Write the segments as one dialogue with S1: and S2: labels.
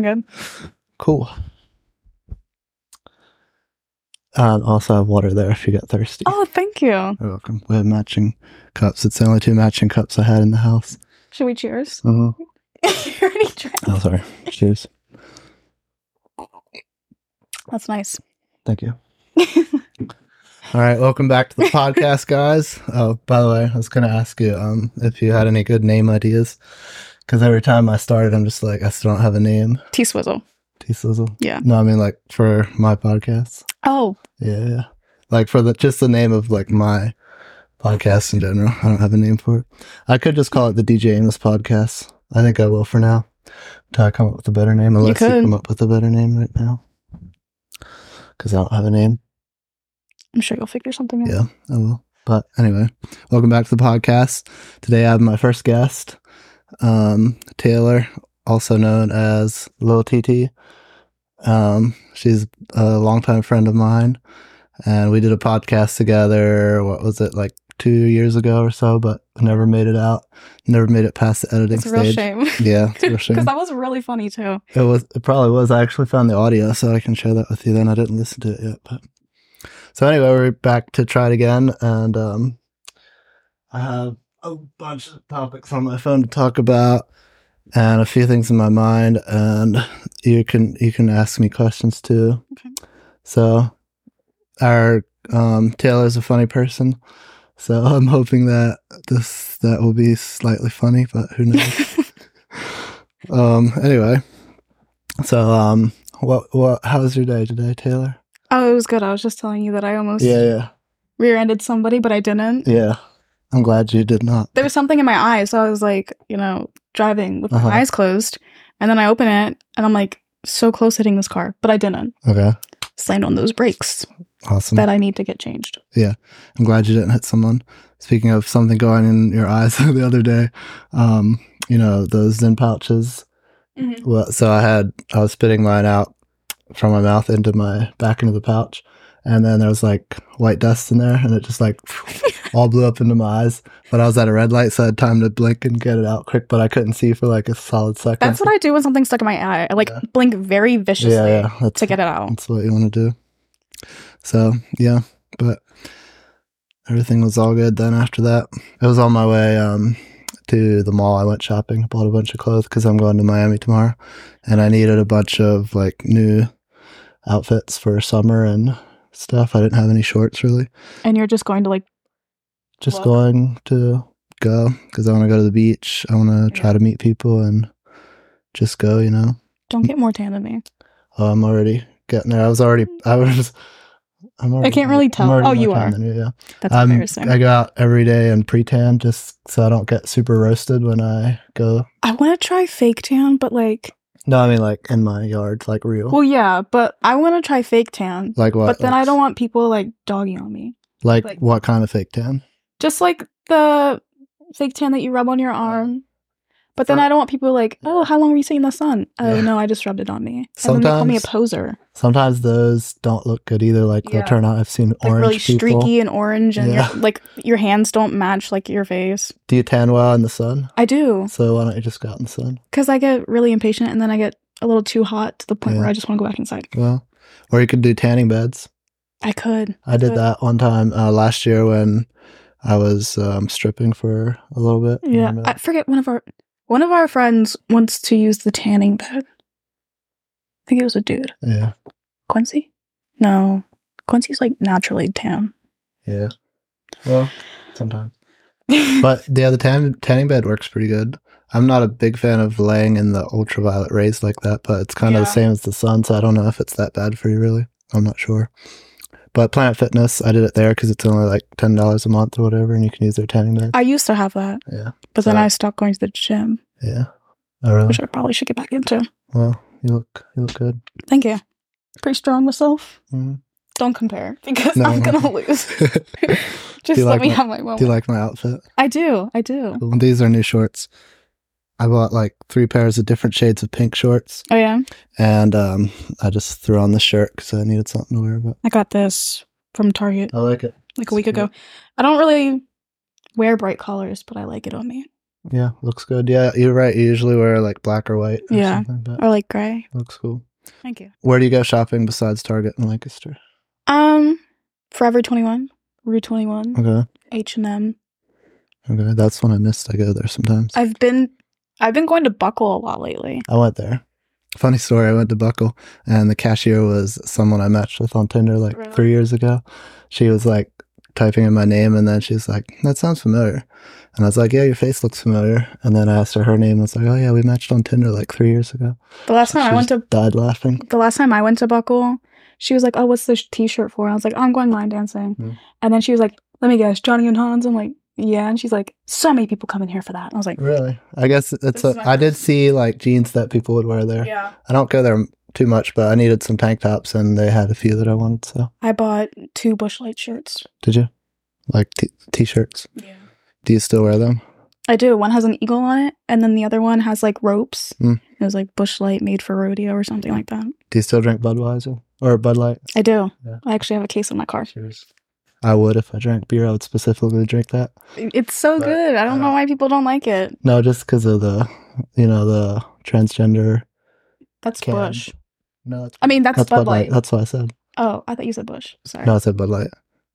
S1: Good.
S2: Cool. And also have water there if you get thirsty.
S1: Oh, thank you.
S2: You're welcome. We have matching cups. It's the only two matching cups I had in the house.
S1: Should we cheers?
S2: Oh,
S1: you already drank.
S2: oh sorry. Cheers.
S1: That's nice.
S2: Thank you. All right, welcome back to the podcast, guys. Oh, by the way, I was going to ask you um, if you had any good name ideas, because every time I started, I'm just like, I still don't have a name.
S1: Tea swizzle.
S2: T Sizzle.
S1: Yeah.
S2: No, I mean like for my podcast.
S1: Oh,
S2: Yeah, yeah. Like for the just the name of like my podcast in general. I don't have a name for it. I could just call it the DJ Amos podcast. I think I will for now. Until I come up with a better name, unless you,
S1: could.
S2: come up with a better name right now. Because I don't have a name.
S1: I'm sure you'll figure something out.
S2: Yeah, I will. Oh, But anyway, welcome back to the podcast. Today I have my first guest, um, Taylor, also known as Lil TT. Um, she's a longtime friend of mine, and we did a podcast together. What was it like two years ago or so? But never made it out. Never made it past the editing
S1: It's a real
S2: stage.
S1: shame.
S2: Yeah, it's a real shame.
S1: Because that was really funny too.
S2: It was. It probably was. I actually found the audio, so I can share that with you. Then I didn't listen to it yet, but so anyway, we're back to try it again, and um, I have a bunch of topics on my phone to talk about, and a few things in my mind, and you can you can ask me questions too.
S1: Okay.
S2: So, our um, Taylor's a funny person, so I'm hoping that this that will be slightly funny, but who knows um anyway so um what what how was your day today taylor
S1: oh, it was good. I was just telling you that I almost
S2: yeah
S1: rear-ended somebody, but I didn't.
S2: yeah yeah i'm glad you did not
S1: There was something in my eye, so I was like, you know, driving with
S2: Uh-huh.
S1: my eyes closed, and then I open it, and I'm like, so close hitting this car, but I didn't.
S2: okay
S1: Slammed on those brakes
S2: awesome
S1: that I need to get changed.
S2: i'm glad you didn't hit someone speaking of something going in your eyes the other day um you know those zen pouches well so i had i was spitting mine out from my mouth into my back into the pouch and then there was like white dust in there and it just like all blew up into my eyes but i was at a red light so i had time to blink and get it out quick but i couldn't see for like a solid second
S1: That's what I do when something's stuck in my eye. I like
S2: Yeah.
S1: blink very viciously
S2: yeah yeah that's,
S1: to get it out.
S2: that's what you want to do so yeah but everything was all good then after that i was on my way um to the mall i went shopping bought a bunch of clothes because i'm going to miami tomorrow and i needed a bunch of like new outfits for summer and stuff i didn't have any shorts really
S1: And you're just going to like,
S2: just
S1: Look.
S2: going to go because i want to go to the beach i want to try to meet people and just go you know
S1: don't get more tan than me.
S2: Oh, I'm already getting there. I was already. I was. I'm already,
S1: can't really
S2: I'm
S1: tell.
S2: already
S1: Oh, you
S2: more tan
S1: are.
S2: than yeah.
S1: That's
S2: I'm-
S1: embarrassing.
S2: Um, I
S1: I,
S2: go out every day and pre-tan just so I don't get super roasted when I go.
S1: want to try fake tan, but like,
S2: No, I mean like in my yard, like real.
S1: well, yeah, but I want to try fake tan,
S2: like what?
S1: but then
S2: like,
S1: I don't want people like dogging on me.
S2: Like,
S1: like-
S2: what kind of fake tan?
S1: Just like the fake tan that you rub on your arm. But then
S2: For-
S1: I don't want people like, oh,
S2: Yeah.
S1: how long were you sitting in the sun? Oh,
S2: Yeah.
S1: no, I just rubbed it on me. And then they call me a
S2: Sometimes-
S1: poser.
S2: Sometimes those don't look good either. Like
S1: Yeah.
S2: they'll turn out. I've seen
S1: Like
S2: orange
S1: really
S2: people.
S1: streaky and orange, and
S2: Yeah.
S1: your, like your hands don't match like your face.
S2: Do you tan well in the sun?
S1: I do.
S2: So why don't you just go out in the sun?
S1: because I get really impatient and then I get a little too hot to the point where
S2: Yeah.
S1: I just want to go back inside.
S2: Well, or you could do tanning beds.
S1: I could.
S2: I did
S1: But-
S2: that one time uh, last year when I was um, stripping for a little bit. You
S1: Yeah,
S2: remember
S1: I
S2: that?
S1: forget one of our one of our friends wants to use the tanning bed. I think it was a dude,
S2: yeah,
S1: Quincy. No, Quincy's like naturally tan.
S2: yeah. Well, sometimes. But the other tan- tanning bed works pretty good. I'm not a big fan of laying in the ultraviolet rays like that, but it's kind of the
S1: Yeah.
S2: same as the sun, so I don't know if it's that bad for you, really. I'm not sure. But Planet Fitness, I did it there because it's only like ten dollars a month or whatever, and you can use their tanning bed.
S1: I used to have that,
S2: yeah,
S1: but then
S2: So-
S1: I stopped going to the gym,
S2: yeah. Oh, really?
S1: which I probably should get back into.
S2: Well, you look you look good.
S1: Thank you. Pretty strong myself.
S2: Mhm.
S1: Don't compare because
S2: No.
S1: I'm gonna lose. just
S2: you
S1: let
S2: like
S1: me
S2: my-
S1: have my
S2: Do you
S1: moment.
S2: like my outfit?
S1: I do. I do.
S2: Well, These are new shorts. I bought like three pairs of different shades of pink shorts,
S1: Oh yeah.
S2: and um, I just threw on the shirt because I needed something to wear. But
S1: I got this from Target
S2: I like it.
S1: like
S2: It's
S1: a week
S2: cute.
S1: ago. I don't really wear bright colors, but I like it on me.
S2: Yeah, looks good. Yeah, you're right. You usually wear like black or white. Or
S1: Yeah.
S2: something, but
S1: or like gray.
S2: looks cool.
S1: Thank you.
S2: Where do you go shopping besides Target and Lancaster?
S1: Um, Forever 21, Rue 21,
S2: Okay,
S1: H&M.
S2: okay, that's one I missed. I go there sometimes. I,
S1: I've been I've been going to Buckle a lot lately.
S2: went there. Funny story. I went to Buckle, and the cashier was someone I matched with on Tinder like
S1: Really?
S2: three years ago. She was like typing in my name, and then she's like, "That sounds familiar," and I was like, "Yeah, your face looks familiar." And then I asked her her name. and I was like, "Oh yeah, we matched on Tinder like three years ago."
S1: The last time
S2: She
S1: I went to
S2: just died laughing.
S1: the last time I went to Buckle, she was like, "Oh, what's this T-shirt for?" I was like, "Oh, "I'm going line dancing,"
S2: Hmm.
S1: and then she was like, "Let me guess, Johnny and Hans." I'm like, "Yeah," and she's like, "So many people come in here for that." And I was like,
S2: Really? I guess it's
S1: This
S2: a.
S1: is my
S2: I did
S1: first-
S2: see like jeans that people would wear there.
S1: "Yeah."
S2: I don't go there too much, but I needed some tank tops, and they had a few that I wanted. So
S1: I bought two Bushlight shirts.
S2: did you like t- t-shirts?
S1: Yeah.
S2: Do you still wear them?
S1: I do. One has an eagle on it, and then the other one has like ropes.
S2: Hmm.
S1: It was like Bushlight made for rodeo or something like that.
S2: Do you still drink Budweiser or Bud Light?
S1: I do.
S2: Yeah.
S1: I actually have a case in my car.
S2: Cheers. I would if I drank beer. I would specifically drink that.
S1: It's so
S2: But
S1: good. I don't
S2: I
S1: know
S2: don't-
S1: why people don't like it.
S2: No, just because of the, you know, the transgender.
S1: That's
S2: Can.
S1: Bush.
S2: No, that's,
S1: I mean, that's,
S2: that's
S1: Bud Light.
S2: That's what I said.
S1: Oh, I thought you said Bush. Sorry.
S2: No, I said Bud Light.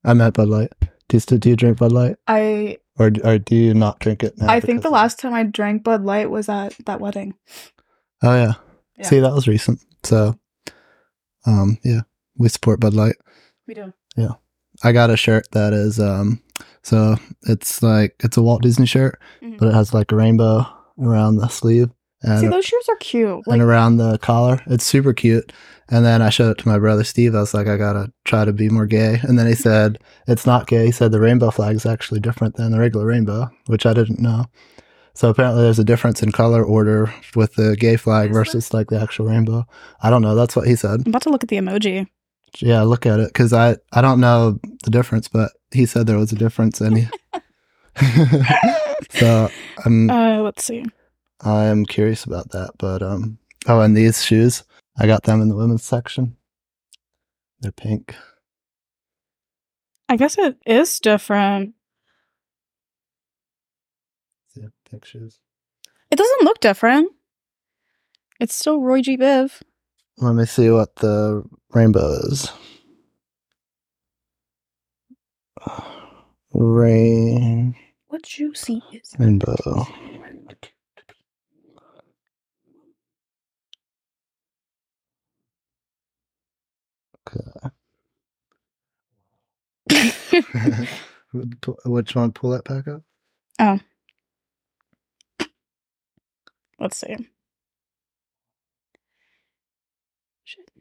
S2: I meant Bud Light. Do you still do you drink Bud Light,
S1: I
S2: or or do you not drink it now?
S1: I think
S2: because
S1: the
S2: of-
S1: last time I drank Bud Light was at that wedding.
S2: Oh yeah.
S1: Yeah.
S2: See, that was recent. So, um, yeah, we support Bud Light.
S1: We do.
S2: I got a shirt that is, um, so it's like it's a Walt Disney shirt,
S1: Mhm.
S2: but it has like a rainbow around the sleeve and
S1: See, those shirts are cute. Like,
S2: and around the collar. It's super cute. And then I showed it to my brother Steve. I was like, I gotta try to be more gay. And then he
S1: Mm-hmm.
S2: said, it's not gay. He said the rainbow flag is actually different than the regular rainbow, which I didn't know. So apparently, there's a difference in color order with the gay flag
S1: Is there?
S2: versus like the actual rainbow. I don't know. That's what he said.
S1: I'm about to look at the emoji.
S2: Yeah, look at it because I I don't know the difference, but he said there was a difference, and he, so I'm
S1: Uh, let's see.
S2: I am curious about that. But um, oh, and these shoes, I got them in the women's section. They're pink.
S1: I guess it is different.
S2: Yeah, pink shoes.
S1: It doesn't look different. It's still Roy G. Biv.
S2: Let me see what the rainbow is. Rain
S1: What juicy is
S2: rainbow. Which one? Pull that back up.
S1: Let's see. Shit.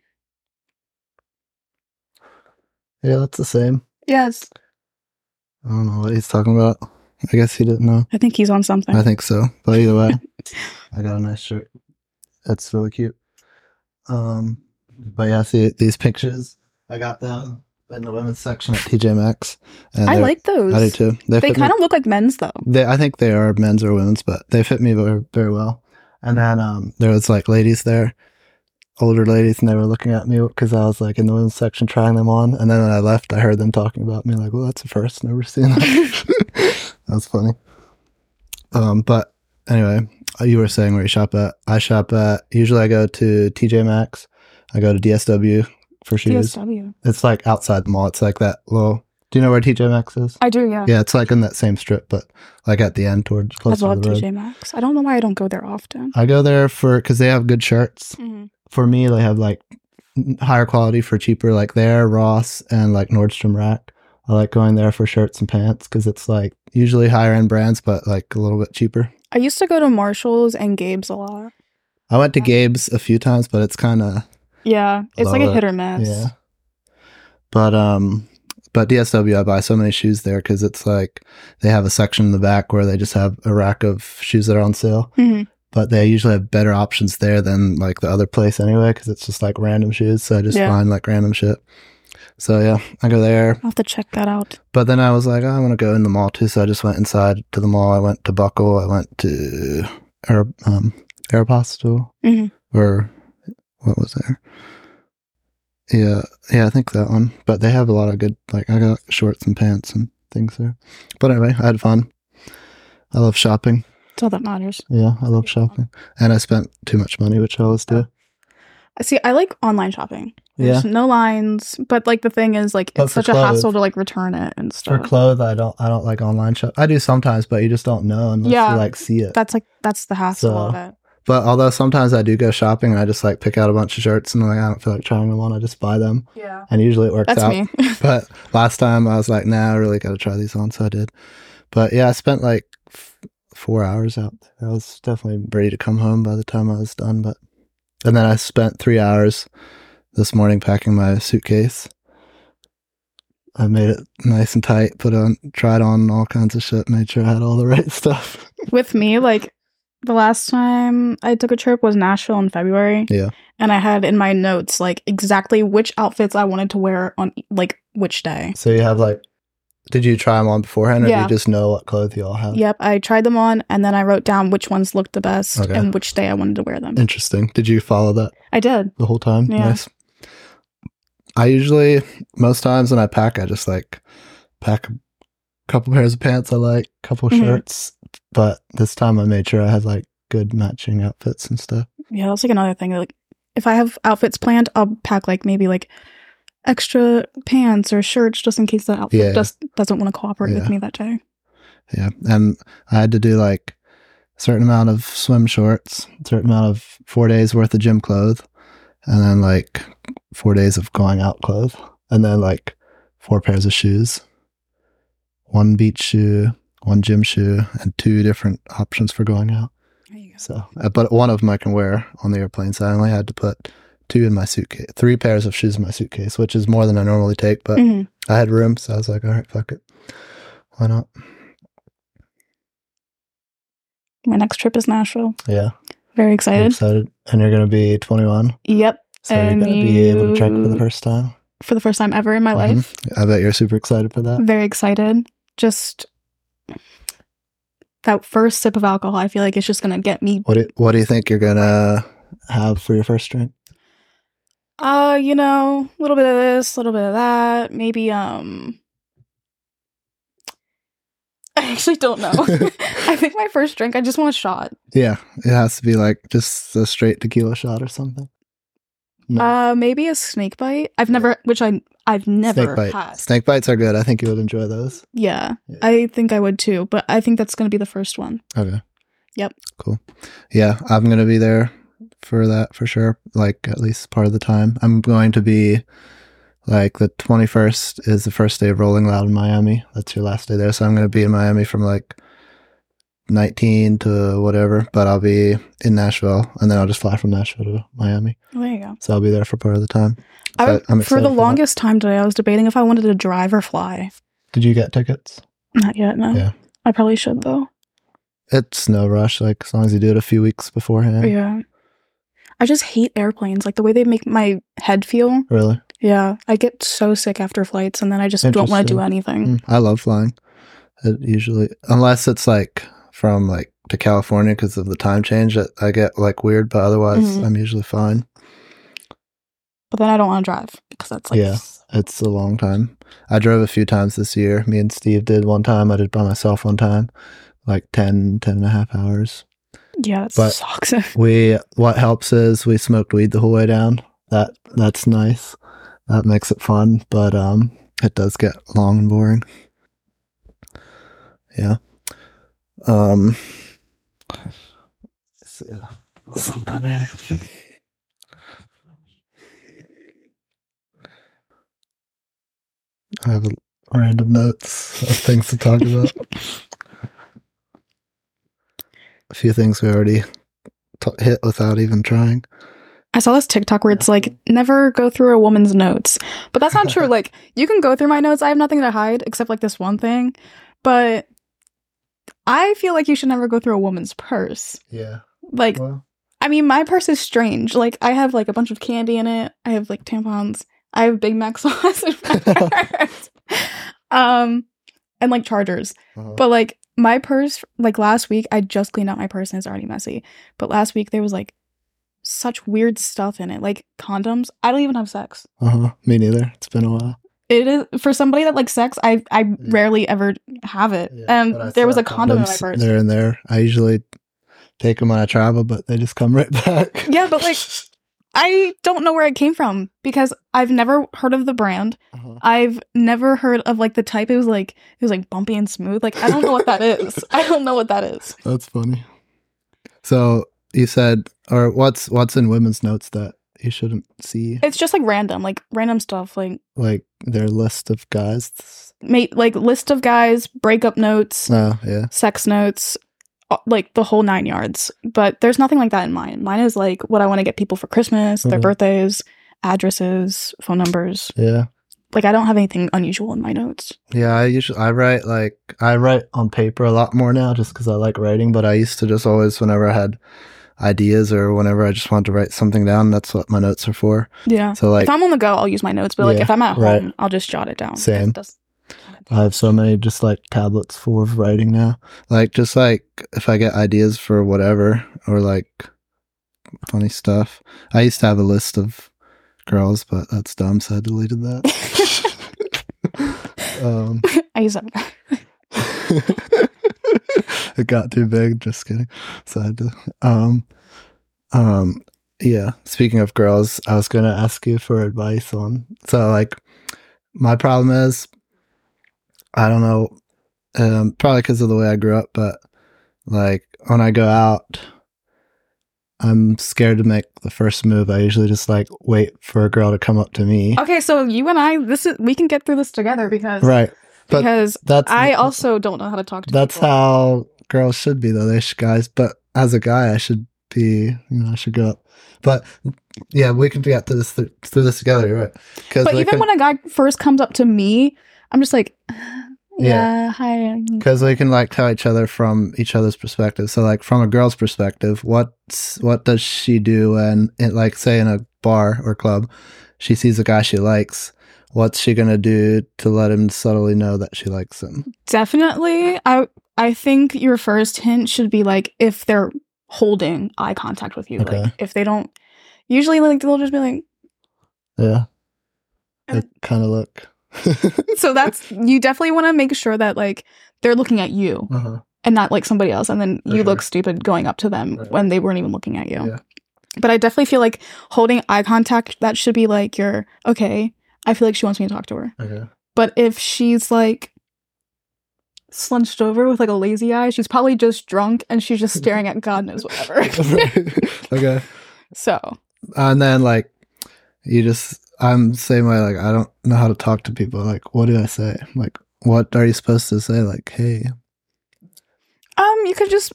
S2: Yeah, that's the same.
S1: Yes.
S2: I don't know what he's talking about. I guess he didn't know.
S1: I think he's on something.
S2: I think so. But either way, I got a nice shirt. That's really cute. Um, but yeah, see these pictures. I got them in the women's section at TJ Maxx. And
S1: I
S2: they're-
S1: like those.
S2: I do too. They,
S1: They
S2: fit me-
S1: kind of look like men's though.
S2: They, I think they are men's or women's, but they fit me very, very well. And then um, there was like ladies there, older ladies, and they were looking at me because I was like in the women's section trying them on. And then when I left, I heard them talking about me like, "Well, that's the first, never seen that." That's funny. Um, but anyway, uh, you were saying where you shop at. I shop at. Usually, I go to TJ Maxx. I go to DSW for shoes.
S1: DSW.
S2: It's like outside the mall. It's like that little. Do you know where TJ Maxx is?
S1: I do, yeah.
S2: Yeah, it's like in that same strip, but like at the end towards
S1: I
S2: close to
S1: love
S2: the road.
S1: TJ Maxx. I don't know why I don't go there often.
S2: I go there for because they have good shirts.
S1: Mm-hmm.
S2: For me, they have like n- higher quality for cheaper, like there, Ross, and like Nordstrom Rack. I like going there for shirts and pants because it's like usually higher end brands, but like a little bit cheaper.
S1: I used to go to Marshalls and Gabe's a lot.
S2: I went to
S1: Yeah.
S2: Gabe's a few times, but it's kind of
S1: Yeah, it's like a
S2: Love
S1: hit or miss.
S2: Yeah. But um but DSW I buy so many shoes there cuz it's like they have a section in the back where they just have a rack of shoes that are on sale.
S1: Mhm.
S2: But they usually have better options there than like the other place anyway cuz it's just like random shoes, so I just
S1: Yeah.
S2: find like random shit. So yeah, I go there.
S1: I'll have to check that out.
S2: But then I was like, oh, I want to go in the mall too, so I just went inside to the mall. I went to Buckle, I went to Aer- um Aeropostale
S1: Mhm.
S2: or what was there? Yeah, yeah, I think that one. But they have a lot of good. Like I got shorts and pants and things there. But anyway, I had fun. I love shopping.
S1: That's all that matters.
S2: Yeah, I love shopping. And I spent too much money, which I always
S1: Oh.
S2: do.
S1: See, I like online shopping.
S2: Yeah.
S1: There's no lines, but like the thing is, like
S2: But
S1: it's
S2: for
S1: such a
S2: clothes-
S1: hassle to like return it and
S2: For
S1: stuff.
S2: clothes, I don't I don't like online shop. I do sometimes, but you just don't know unless
S1: Yeah.
S2: you like see it.
S1: that's like that's the hassle of
S2: So-
S1: it.
S2: But although sometimes I do go shopping and I just like pick out a bunch of shirts and like I don't feel like trying them on, I just buy them.
S1: Yeah,
S2: And usually it works
S1: that's
S2: out.
S1: me.
S2: But last time I was like, nah, I really got to try these on, so I did. But yeah, I spent like f- four hours out. there. I was definitely ready to come home by the time I was done. But and then I spent three hours this morning packing my suitcase. I made it nice and tight, put on, tried on all kinds of shit, made sure I had all the right stuff.
S1: With me, like the last time I took a trip was Nashville in February.
S2: Yeah.
S1: and I had in my notes like exactly which outfits I wanted to wear on like which day.
S2: So you have like, did you try them on beforehand, or do
S1: Yeah.
S2: you just know what clothes you all have?
S1: Yep, I tried them on and then I wrote down which ones looked the best
S2: Okay.
S1: and which day I wanted to wear them.
S2: Interesting. Did you follow that?
S1: I did.
S2: the whole time.
S1: Yeah.
S2: Nice. I usually most times when I pack, I just like pack a couple pairs of pants I like, couple
S1: Mhm.
S2: shirts. But this time I made sure I had like good matching outfits and stuff.
S1: Yeah, that's like another thing. Like, if I have outfits planned, I'll pack like maybe like extra pants or shirts just in case that outfit
S2: Yeah.
S1: just doesn't want to cooperate with
S2: Yeah.
S1: me that day.
S2: Yeah. And I had to do like a certain amount of swim shorts, a certain amount of four days worth of gym clothes, and then like four days of going out clothes, and then like four pairs of shoes, one beach shoe, one gym shoe, and two different options for going out.
S1: There you
S2: So, uh, but one of them I can wear on the airplane. So I only had to put two in my suitcase, three pairs of shoes in my suitcase, which is more than I normally take, but
S1: hmm
S2: I had room. So I was like, all right, fuck it. Why not?
S1: My next trip is Nashville.
S2: Yeah.
S1: Very
S2: I'm
S1: excited.
S2: excited. And you're going to be 21.
S1: Yep.
S2: So you're going
S1: And
S2: to be able to trek for the
S1: you-
S2: first time.
S1: For the first time ever in my
S2: Mhm.
S1: life.
S2: I bet you're super excited for that.
S1: Very excited. Just that first sip of alcohol, I feel like it's just going to get me.
S2: What do, what do you think you're going to have for your first drink?
S1: Uh, you know, a little bit of this, a little bit of that. Maybe, um, I actually don't know. I think my first drink, I just want a shot.
S2: Yeah. It has to be like just a straight tequila shot or something. No.
S1: Uh, maybe a snake bite. I've never, which I I've never
S2: Snake bite.
S1: had.
S2: Snake bites are good. I think you would enjoy those.
S1: Yeah,
S2: Yeah.
S1: I think I would too. But I think that's gonna be the first one.
S2: Okay.
S1: Yep.
S2: Oh, Cool. Yeah, I'm gonna be there for that for sure. Like at least part of the time. I'm going to be like the 21st is the first day of Rolling Loud in Miami. That's your last day there. So I'm gonna be in Miami from like 19 to whatever. But I'll be in Nashville, and then I'll just fly from Nashville to Miami.
S1: Well, there you go.
S2: So I'll be there for part of the time.
S1: I,
S2: But I'm
S1: for
S2: excited
S1: the
S2: for that.
S1: longest time today, I was debating if I wanted to drive or fly.
S2: Did you get tickets?
S1: Not yet. No.
S2: Yeah.
S1: I probably should though.
S2: It's no rush. Like as long as you do it a few weeks beforehand.
S1: Oh, Yeah. I just hate airplanes. Like the way they make my head feel.
S2: Really.
S1: Yeah. I get so sick after flights and then I just don't want to do anything.
S2: Mm, I love flying. It usually, unless it's like from like to California because of the time change, that I get like weird. But otherwise,
S1: Mhm.
S2: I'm usually fine.
S1: But then I don't want to drive because that's like
S2: Yeah. It's a long time. I drove a few times this year. Me and Steve did one time. I did by myself one time, like 10, 10 and a half hours.
S1: yeah, that
S2: But-
S1: sucks.
S2: We what helps is we smoked weed the whole way down. That that's nice. That makes it fun, but um, it does get long and boring. Yeah. Um. so, yeah. Sometimes- I have random notes of things to talk about. a few things we already t- hit without even trying.
S1: I saw this TikTok where it's like, never go through a woman's notes. But that's not true. like, you can go through my notes. I have nothing to hide except like this one thing. But I feel like you should never go through a woman's purse.
S2: Yeah.
S1: Like,
S2: Well,
S1: I mean, my purse is strange. Like, I have like a bunch of candy in it. I have like tampons. I have Big Mac sauce in my purse. um, and like chargers.
S2: uh-huh.
S1: But like my purse, like last week, I just cleaned out my purse and it's already messy. But last week there was like such weird stuff in it, like condoms. I don't even have sex.
S2: uh huh. Me Uh-huh. neither. It's been a while.
S1: it is for somebody that likes sex. I I rarely ever have it.
S2: Mm. Yeah,
S1: and
S2: but I
S1: Um, there was
S2: still
S1: a
S2: have
S1: condom in my
S2: condoms
S1: purse.
S2: There and there. I usually take them when I travel, but they just come right back.
S1: Yeah, but, like- I don't know where it came from because I've never heard of the brand.
S2: Uh-huh.
S1: I've never heard of like the type. It was like it was like bumpy and smooth. Like I don't know what that is. I don't know what that is.
S2: that's funny. So you said, or what's what's in women's notes that you shouldn't see?
S1: It's just like random, like random stuff, like
S2: Like their list of guys.
S1: mate, like list of guys, breakup notes,
S2: Oh yeah,
S1: sex notes, uh, like the whole nine yards. But there's nothing like that in mine. Mine is like what I want to get people for Christmas, their
S2: Mhm.
S1: birthdays, addresses, phone numbers.
S2: yeah,
S1: Like I don't have anything unusual in my notes.
S2: yeah. I usually I write like I write on paper a lot more now, just because I like writing. But I used to just always whenever I had ideas or whenever I just wanted to write something down, that's what my notes are for.
S1: Yeah.
S2: So like
S1: if I'm on the go, I'll use my notes. But like
S2: Yeah,
S1: if I'm at home,
S2: right.
S1: I'll just jot it down.
S2: Same.
S1: It does-
S2: I have so many just like tablets full of writing now. Like just like if I get ideas for whatever or like funny stuff. I used to have a list of girls, but that's dumb, so I deleted that. um,
S1: I use them.
S2: it got too big. Just kidding. So I had to. Um, um, yeah. Speaking of girls, I was gonna ask you for advice on. So like, my problem is, I don't know. Um, probably because of the way I grew up, but like when I go out, I'm scared to make the first move. I usually just like wait for a girl to come up to me.
S1: Okay, so you and I, this is we can get through this together because
S2: Right. but
S1: because
S2: That's
S1: I also don't know how to talk to.
S2: That's
S1: people.
S2: how girls should be, though. They should, guys, but as a guy, I should be, you know, I should go up. But yeah, we can get through this through this together, you're right? Because
S1: But even when a guy first comes up to me, I'm just like, yeah, hi.
S2: because we can like tell each other from each other's perspective. So like from a girl's perspective, what's what does she do when it like say in a bar or club, she sees a guy she likes. What's she gonna do to let him subtly know that she likes him?
S1: Definitely, I I think your first hint should be like if they're holding eye contact with you,
S2: Okay.
S1: like if they don't. Usually, like they'll just be like.
S2: Yeah, that kind of look.
S1: So that's you definitely want to make sure that like they're looking at you
S2: uh-huh.
S1: and not like somebody else, and then
S2: For
S1: you
S2: sure.
S1: look stupid going up to them
S2: Right.
S1: when they weren't even looking at you.
S2: Yeah.
S1: But I definitely feel like holding eye contact that should be like your okay. I feel like she wants me to talk to her.
S2: Okay.
S1: But if she's like slunched over with like a lazy eye, she's probably just drunk and she's just staring at God knows whatever.
S2: okay.
S1: so
S2: And then like you just I'm same way like I don't know how to talk to people. Like what do I say? Like what are you supposed to say? Like, hey.
S1: um you could just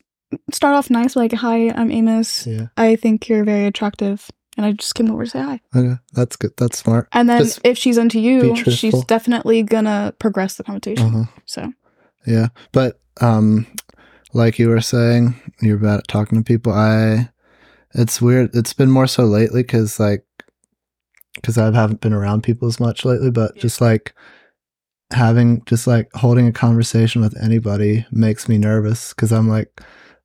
S1: start off nice like hi, I'm Amos.
S2: Yeah.
S1: I think you're very attractive. And I just came over to say hi.
S2: Okay. That's good. That's smart.
S1: And then
S2: Just
S1: if she's into you,
S2: be truthful.
S1: she's definitely gonna progress the conversation.
S2: Uh-huh.
S1: So
S2: Yeah. But um like you were saying, you're bad at talking to people. I it's weird. It's been more so lately cuz like cuz I haven't been around people as much lately, but
S1: Yeah.
S2: just like having just like holding a conversation with anybody makes me nervous cuz I'm like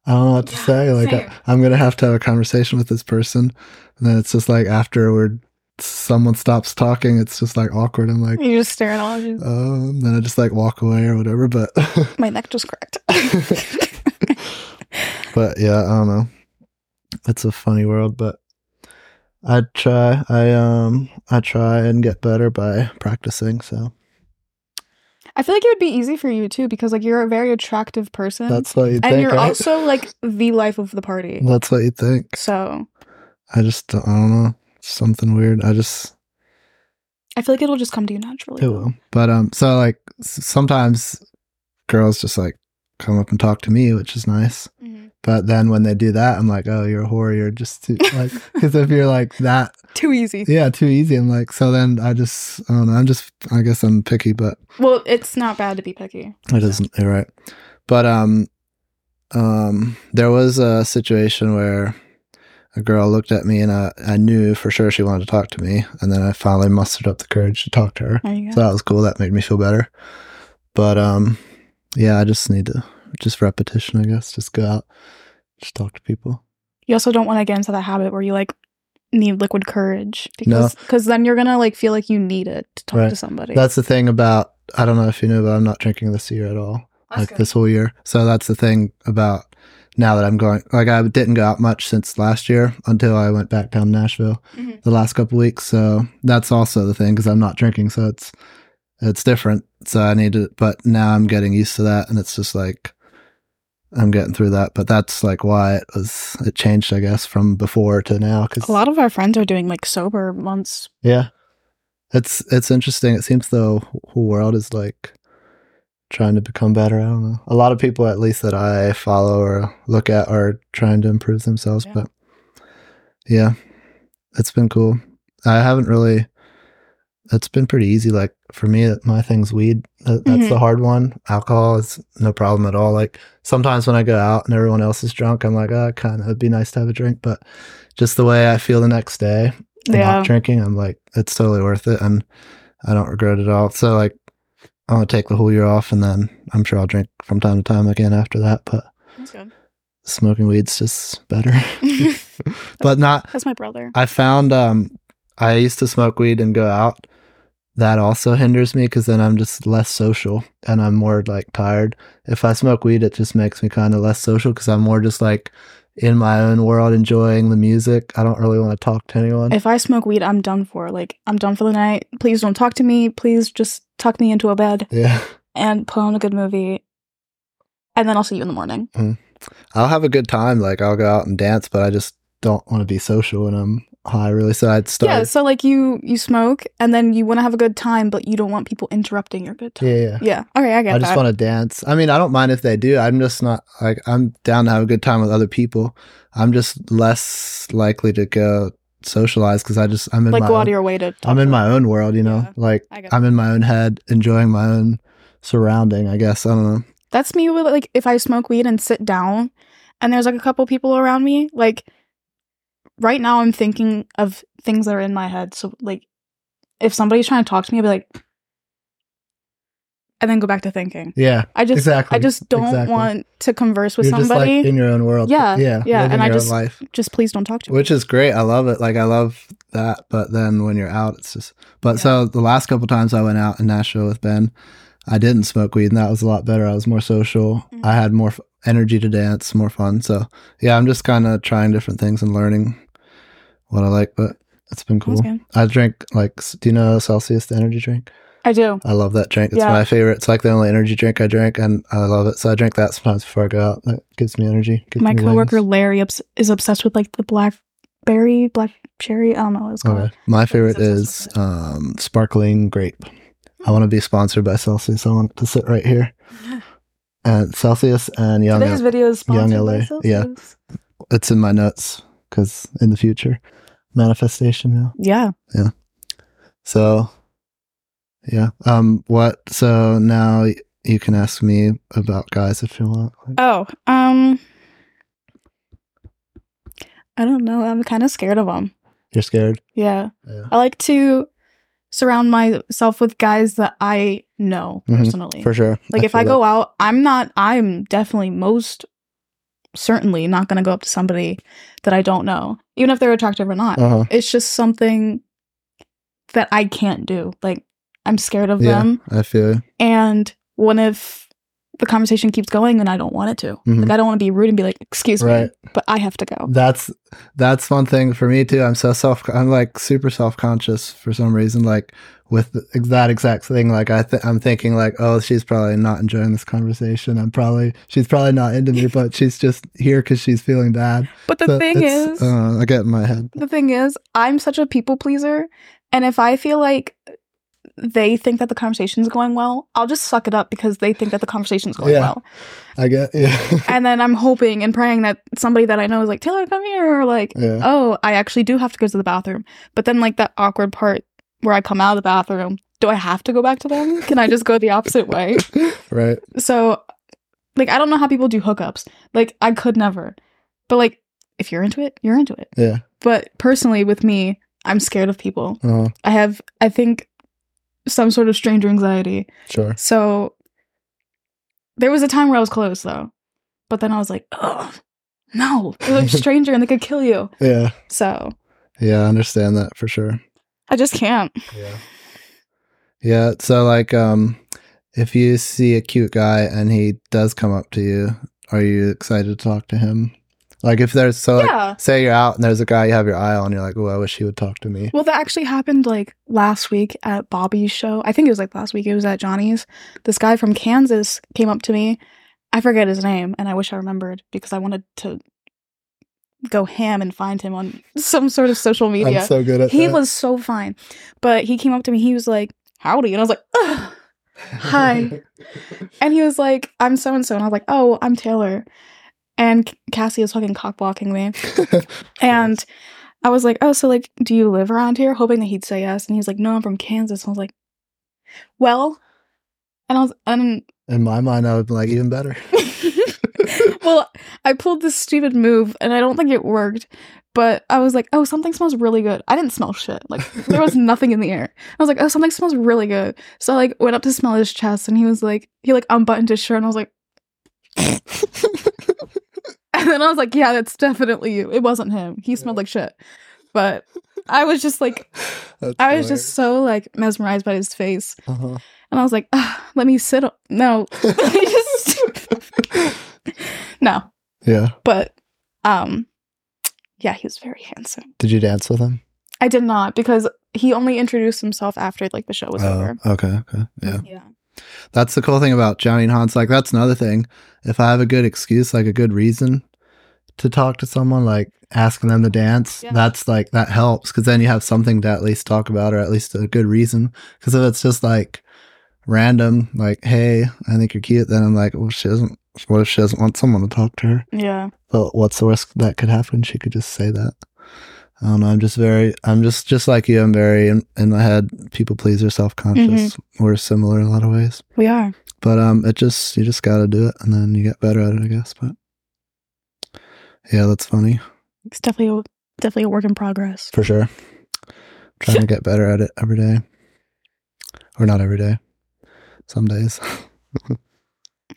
S2: I don't know what to
S1: Yeah,
S2: say. Like
S1: same.
S2: I, I'm going to have to have a conversation with this person. And then it's just like afterward someone stops talking, it's just like awkward. I'm like
S1: you just stare at all of you.
S2: um, then I just like walk away or whatever, but
S1: My neck just cracked.
S2: but yeah, I don't know. It's a funny world, but I try. I um, I try and get better by practicing. So
S1: I feel like it would be easy for you too, because like you're a very attractive person.
S2: that's what you
S1: Mm-hmm. and
S2: think.
S1: you're
S2: right?
S1: also like the life of the party.
S2: that's what you think.
S1: So
S2: I just don't- I don't know something weird. I just
S1: I feel like it'll just come to you naturally.
S2: it will. But um, so like s- sometimes girls just like come up and talk to me, which is nice.
S1: Mhm.
S2: But then when they do that, I'm like, oh, you're a whore. You're just too, like, because if you're like that,
S1: Too easy.
S2: yeah, too easy. I'm like, so then I just, I don't know. I'm just, I guess I'm picky, but
S1: Well, it's not bad to be picky.
S2: it isn't. You're right. But um, um, there was a situation where a girl looked at me and I, I knew for sure she wanted to talk to me, and then I finally mustered up the courage to talk to her.
S1: There you go.
S2: So that was cool. That made me feel better. But um, yeah, I just need to just repetition. I guess just go out, just talk to people.
S1: you also don't want to get into that habit where you like need liquid courage because cause then you're gonna like feel like you need it to talk
S2: Right.
S1: to somebody.
S2: That's the thing about I don't know if you knew, but I'm not drinking this year at all. like this whole year. So that's the thing about now that I'm going. Like I didn't go out much since last year until I went back down to Nashville
S1: Mhm.
S2: the last couple weeks. So that's also the thing because I'm not drinking, so it's it's different. So I need to, but now I'm getting used to that, and it's just like I'm getting through that. But that's like why it was it changed, I guess, from before to now. Because
S1: a lot of our friends are doing like sober months.
S2: yeah. It's it's interesting. It seems the whole world is like trying to become better. I don't know. A lot of people at least that I follow or look at are trying to improve themselves,
S1: Yeah.
S2: but yeah. It's been cool. I haven't really it's been pretty easy like for me my thing's weed. That, that's the hard one. Alcohol is no problem at all. Like sometimes when I go out and everyone else is drunk, I'm like, "Oh, kind of it'd be nice to have a drink," but just the way I feel the next day, and
S1: Yeah.
S2: not drinking, I'm like, it's totally worth it, and I don't regret it at all. So like, I'm gonna take the whole year off, and then I'm sure I'll drink from time to time again after that. But
S1: That's good.
S2: smoking weed's just better, but not.
S1: That's my brother.
S2: I found um, I used to smoke weed and go out. That also hinders me because then I'm just less social and I'm more like tired. If I smoke weed, it just makes me kind of less social because I'm more just like in my own world, enjoying the music. I don't really want to talk to anyone.
S1: If I smoke weed, I'm done for. Like I'm done for the night. Please don't talk to me. Please just tuck me into a bed
S2: yeah.
S1: and put on a good movie, and then I'll see you in the morning.
S2: I'll have a good time. Like I'll go out and dance, but I just don't want to be social when I'm high. Really, so I'd start.
S1: Yeah. So like you you smoke and then you want to have a good time, but you don't want people interrupting your good time.
S2: yeah, yeah.
S1: Yeah. Okay, I get
S2: I
S1: that.
S2: just want to dance. I mean, I don't mind if they do. I'm just not like I'm down to have a good time with other people. I'm just less likely to go socialize because I just I'm in
S1: like
S2: my
S1: go out
S2: own,
S1: of your way to. Talk
S2: I'm in
S1: to
S2: my own world. You know,
S1: Yeah,
S2: like
S1: I get
S2: I'm in my own head, enjoying my own surrounding. I guess I don't know.
S1: That's me with like if I smoke weed and sit down and there's like a couple people around me, like right now I'm thinking of things that are in my head. So like if somebody's trying to talk to me, I'll be like and then go back to thinking.
S2: Yeah,
S1: I just
S2: exactly.
S1: I just don't
S2: exactly.
S1: want to converse with
S2: You're
S1: somebody.
S2: just like in your own world.
S1: Yeah,
S2: yeah,
S1: yeah,
S2: living
S1: and I
S2: your own
S1: just-
S2: life.
S1: just please don't talk to me.
S2: which is great. I love it. Like I love that. But then when you're out, it's just. But
S1: Yeah.
S2: so the last couple times I went out in Nashville with Ben, I didn't smoke weed, and that was a lot better. I was more social.
S1: Mhm.
S2: I had more f- energy to dance, more fun. So yeah, I'm just kind of trying different things and learning what I like. But it's been cool.
S1: That's good.
S2: I drink like, s- do you know Celsius, the energy drink?
S1: I do.
S2: I love that drink. It's
S1: Yeah.
S2: my favorite. It's like the only energy drink I drink, and I love it. So I drink that sometimes before I go out. That gives me energy. Gives
S1: My
S2: me wings.
S1: coworker Larry obs- is obsessed with like the blackberry, black cherry. I don't know what it's called.
S2: Okay. My favorite
S1: that's
S2: is um, sparkling grape. I want to be sponsored by Celsius. I want to sit right here. And Celsius and Young.
S1: Today's
S2: Oak.
S1: video is
S2: Young
S1: sponsored by
S2: LA, yeah.
S1: Celsius.
S2: It's in my notes because in the future, manifestation now.
S1: Yeah.
S2: So, yeah. Um. What? So now y- you can ask me about guys if you want.
S1: Oh, um, I don't know. I'm kind of scared of them.
S2: You're scared.
S1: Yeah,
S2: Yeah.
S1: I like to surround myself with guys that I know
S2: Mhm.
S1: personally.
S2: For sure.
S1: like, if
S2: feel
S1: I
S2: that.
S1: go out, I'm not. I'm definitely most certainly not going to go up to somebody that I don't know, even if they're attractive or not.
S2: Uh-huh.
S1: It's just something that I can't do. Like, I'm scared of
S2: Yeah,
S1: them,
S2: I feel you.
S1: and what if the conversation keeps going and I don't want it to?
S2: Mhm.
S1: Like I don't want to be rude and be like, "Excuse
S2: Right.
S1: me, but I have to go."
S2: that's that's one thing for me too i'm so self i'm like super self-conscious for some reason like with th- that exact thing like i th- i'm thinking like oh she's probably not enjoying this conversation i'm probably she's probably not into me but she's just here because she's feeling bad
S1: But the
S2: So
S1: thing is,
S2: it's, uh, i get in my head
S1: the thing is, I'm such a people pleaser, and if I feel like they think that the conversation's going well, I'll just suck it up because they think that the conversation's going
S2: Yeah.
S1: well.
S2: i get yeah
S1: And then I'm hoping and praying that somebody that I know is like, "Taylor, come here," or like,
S2: yeah
S1: "Oh, I actually do have to go to the bathroom." But then like that awkward part where I come out of the bathroom, do I have to go back to them? Can I just go the opposite way?
S2: right
S1: So, like, I don't know how people do hookups. Like, I could never. But, like, if you're into it, you're into it.
S2: Yeah.
S1: But personally, with me, I'm scared of people.
S2: uh
S1: I have, I think, some sort of stranger anxiety.
S2: sure
S1: So, there was a time where I was close, though. But then I was like, oh, no, there's a stranger and they could kill you.
S2: yeah
S1: So,
S2: Yeah, I understand that for sure.
S1: I just can't.
S2: Yeah. Yeah. So like um if you see a cute guy and he does come up to you, are you excited to talk to him? Like if there's so like,
S1: yeah.
S2: say you're out and there's a guy you have your eye on, you're like, Oh, I wish he would talk to me.
S1: Well, that actually happened like last week at Bobby's show. I think it was like last week. It was at Johnny's. This guy from Kansas came up to me. I forget his name, and I wish I remembered because I wanted to go ham and find him on some sort of social media.
S2: I'm so good at
S1: he
S2: that.
S1: was so fine, but he came up to me. He was like, "Howdy," and I was like, Ugh. "Hi," and he was like, "I'm so and so," and I was like, "Oh, I'm Taylor." And C- Cassie was fucking cock blocking me. And I was like, oh, so like, do you live around here? Hoping that he'd say yes. And he's like, no, I'm from Kansas. And I was like, well, and I was, and
S2: In my mind I would be like, even better.
S1: well, I pulled this stupid move, and I don't think it worked. But I was like, oh, something smells really good. I didn't smell shit. Like there was nothing in the air. I was like, oh, something smells really good. So I like went up to smell his chest, and he was like, he like unbuttoned his shirt, and I was like. And then I was like, yeah, that's definitely you. It wasn't him. He smelled like shit. But I was just like,
S2: That's
S1: I was
S2: hilarious.
S1: just so like mesmerized by his face,
S2: Uh-huh.
S1: and I was like, "Ugh, "Let me sit." On- no,
S2: Uh-huh.
S1: just no.
S2: Yeah.
S1: But um, yeah, he was very handsome.
S2: Did you dance with him?
S1: I did not because he only introduced himself after like the show was over.
S2: okay, okay. Oh, Yeah.
S1: Yeah,
S2: That's the cool thing about Johnny and Hans. Like, that's another thing. If I have a good excuse, like a good reason to talk to someone, like asking them to dance,
S1: Yeah.
S2: that's like, that helps because then you have something to at least talk about or at least a good reason. Because if it's just like random, like, hey, I think you're cute, then I'm like, well, she doesn't, what if she doesn't want someone to talk to her?
S1: yeah,
S2: But what's the risk that could happen? She could just say that. I don't know. I'm just very, I'm just, just like you. I'm very in, in my head, people pleaser, self conscious. We're similar in a lot of ways.
S1: we are.
S2: But um, it just you just gotta do it, and then you get better at it, I guess. But yeah, that's funny
S1: It's definitely a, definitely a work in progress.
S2: for sure. Trying to get better at it every day, or not every day. Some days.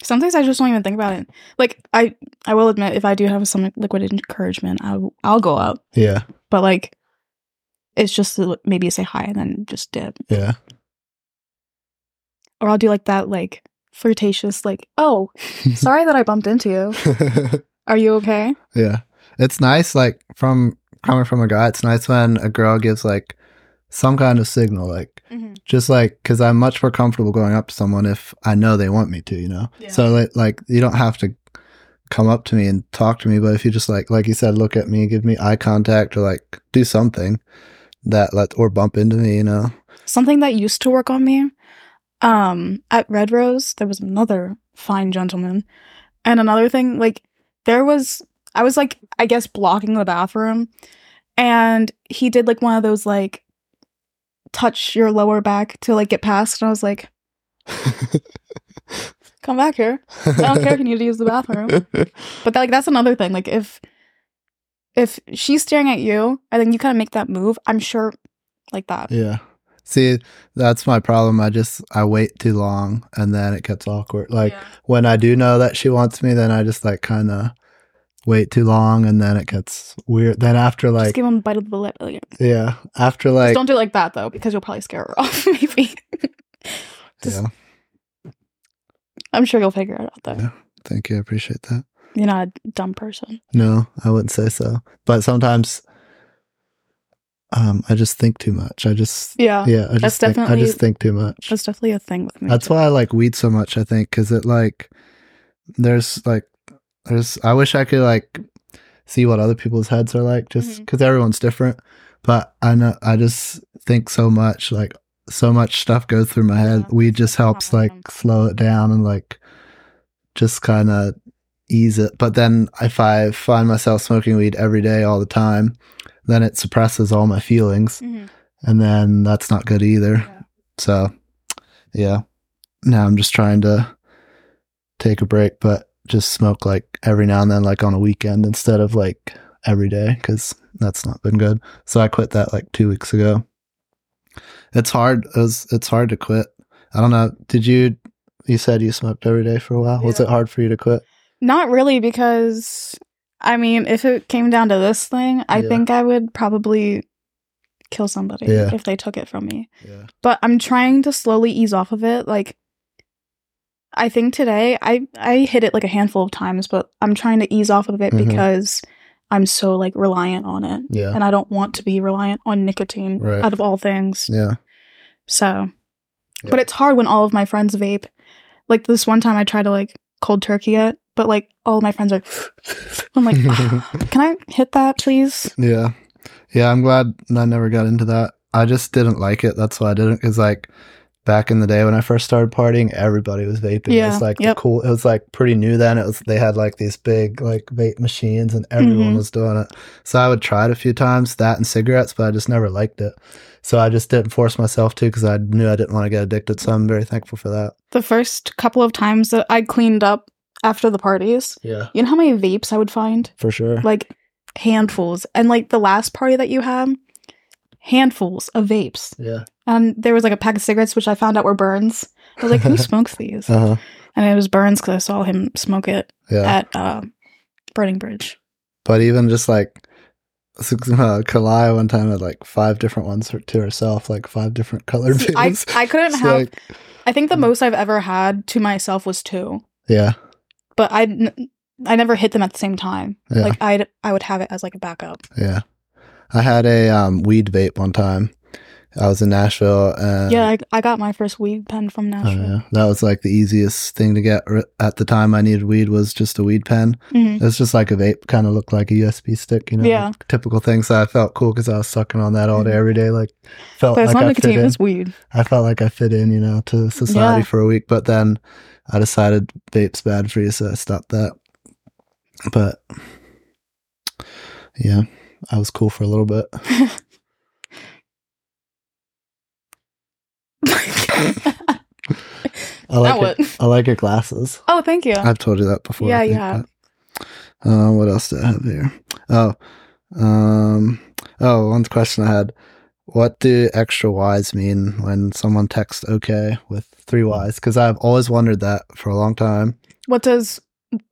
S1: Sometimes I just don't even think about it. Like I, I will admit, if I do have some liquid encouragement, I'll I'll go out.
S2: yeah,
S1: But like, it's just to maybe say hi and then just dip.
S2: yeah,
S1: or I'll do like that like flirtatious like oh sorry that I bumped into you are you okay
S2: yeah. It's nice, like from coming from a guy. It's nice when a girl gives like some kind of signal, like just like because I'm much more comfortable going up to someone if I know they want me to, you know.
S1: Yeah.
S2: So like, like you don't have to come up to me and talk to me, but if you just like, like you said, look at me, give me eye contact, or like do something that let or bump into me, you know.
S1: something that used to work on me um at Red Rose there was another fine gentleman and another thing like there was I was like I guess blocking the bathroom and he did like one of those like touch your lower back to like get past and I was like come back here
S2: I
S1: I don't care if you need to use the bathroom But that, like that's another thing. Like if if she's staring at you and then you kind of make that move, I'm sure like that.
S2: yeah. See, that's my problem. I just I wait too long, and then it gets awkward. Like when I do know that she wants me, then I just like kind of wait too long, and then it gets weird. Then after
S1: just
S2: like
S1: give him a bite of the lip. Oh, Like, just
S2: yeah, after like
S1: don't do it like that though, because you'll probably scare her off. Maybe just-
S2: yeah.
S1: I'm sure you'll figure it out though.
S2: Yeah. Thank you. I appreciate that.
S1: You're not a dumb person.
S2: No, I wouldn't say so. But sometimes um I just think too much. I just
S1: Yeah,
S2: yeah, I
S1: that's
S2: just think, I
S1: definitely-
S2: just think too much.
S1: that's definitely a thing with me.
S2: That's
S1: too.
S2: why I like weed so much, I think, cuz it like there's like there's I wish I could like see what other people's heads are like just
S1: Mhm.
S2: cuz everyone's different, but I know I just think so much like so much stuff goes through my head.
S1: Yeah.
S2: Weed just helps like
S1: Um,
S2: slow it down and like just kind of ease it. But then if I find myself smoking weed every day all the time, then it suppresses all my feelings,
S1: Mhm.
S2: and then that's not good either.
S1: Yeah.
S2: So, yeah. Now I'm just trying to take a break, but just smoke like every now and then, like on a weekend instead of like every day, because that's not been good. So I quit that like two weeks ago. It's hard. It was, it's hard to quit. I don't know. Did you? You said you smoked every day for a while. Was
S1: Yeah.
S2: it hard for you to quit?
S1: Not really, because I mean, if it came down to this thing, I
S2: Yeah.
S1: think I would probably kill somebody
S2: Yeah.
S1: if they took it from me.
S2: Yeah.
S1: But I'm trying to slowly ease off of it. Like I think today I I hit it like a handful of times, but I'm trying to ease off of it
S2: Mhm.
S1: because I'm so like reliant on it.
S2: Yeah.
S1: And I don't want to be reliant on nicotine
S2: Right.
S1: out of all things.
S2: Yeah.
S1: So,
S2: Yeah.
S1: but it's hard when all of my friends vape. Like this one time, I tried to like cold turkey it, but like all of my friends are. I'm like, "Ah, can I hit that, please?
S2: Yeah. Yeah, I'm glad I never got into that. I just didn't like it. That's why I didn't. Because, like, back in the day when I first started partying, everybody was vaping. It
S1: Yeah,
S2: was like
S1: yep.
S2: the cool, it was like pretty new then. It was, they had like these big, like, vape machines and everyone
S1: Mhm.
S2: was doing it. So I would try it a few times, that and cigarettes, but I just never liked it. So I just didn't force myself to because I knew I didn't want to get addicted. So I'm very thankful for that.
S1: The first couple of times that I cleaned up after the parties,
S2: Yeah.
S1: you know how many vapes I would find?
S2: For sure.
S1: Like handfuls. And like the last party that you had, handfuls of vapes.
S2: yeah.
S1: And there was like a pack of cigarettes, which I found out were Burns. I was like, who smokes these?
S2: Uh huh.
S1: And it was Burns because I saw him smoke it
S2: Yeah.
S1: at uh, Burning Bridge.
S2: But even just like s- uh, Kalaya one time had like five different ones her- to herself, like five different colored
S1: See, I,
S2: vapes.
S1: I couldn't
S2: It's
S1: have.
S2: like- Mm.
S1: I think the most I've ever had to myself was two,
S2: yeah,
S1: but I n- I never hit them at the same time.
S2: Yeah.
S1: Like I I would have it as like a backup.
S2: yeah. I had a um, weed vape one time. I was in Nashville, and
S1: yeah, I, I got my first weed pen from
S2: I don't
S1: Nashville.
S2: know, that was like the easiest thing to get r- at the time. I needed weed was just a weed pen.
S1: Mhm.
S2: It was just like a vape, kind of looked like a USB stick, you know,
S1: Yeah. Mm-hmm.
S2: like typical thing. So I felt cool because I was sucking on that all day, every day. Like felt
S1: But it's
S2: like
S1: not
S2: Oh, I fit
S1: nicotine;
S2: in.
S1: it's weed.
S2: I felt like I fit in, you know, to society
S1: Yeah.
S2: for a week, but then I decided vape's bad for you, so I stopped that. But yeah, I was cool for a little bit. I
S1: that
S2: like your,
S1: would.
S2: I like your glasses.
S1: Oh, thank you.
S2: I've told you that before.
S1: Yeah,
S2: I think,
S1: you have.
S2: but- uh, what else do I have here? Oh, um, oh, one question I had: What do extra Y's mean when someone texts "okay" with three Y's? Because I've always wondered that for a long time.
S1: what does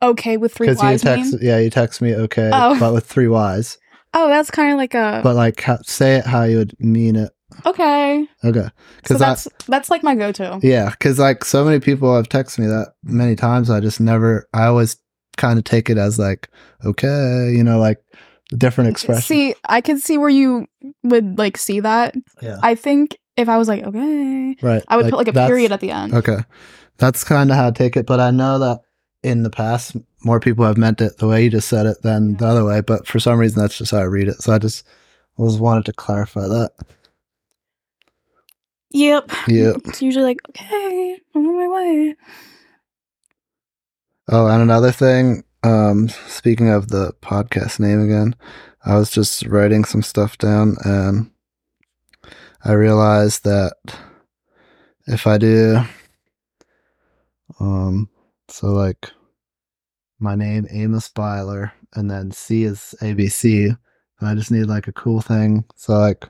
S1: okay with three
S2: you
S1: Y's
S2: text,
S1: mean?
S2: yeah, you text me okay,
S1: Oh.
S2: but with three Y's.
S1: Oh, that's kind of like a
S2: But like, ha- say it how you would mean it.
S1: okay.
S2: Okay,
S1: So
S2: because
S1: that's that's like my go-to.
S2: yeah, because like so many people have texted me that many times. I just never. I always kind of take it as like okay, you know, like different expression.
S1: See, I can see where you would like see that.
S2: yeah,
S1: I think if I was like okay,
S2: right.
S1: I would put like a
S2: that's-
S1: period at the end.
S2: Okay, that's kind of how I take it. But I know that in the past, more people have meant it the way you just said it than
S1: Yeah.
S2: the other way. But for some reason, that's just how I read it. So I just was wanted to clarify that.
S1: Yep.
S2: Yep.
S1: It's usually like, okay, I'm on my way.
S2: Oh, and another thing. Um, speaking of the podcast name again, I was just writing some stuff down, and I realized that if I do, um, so like my name Amos Byler, and then C is ABC, and I just need like a cool thing. So like.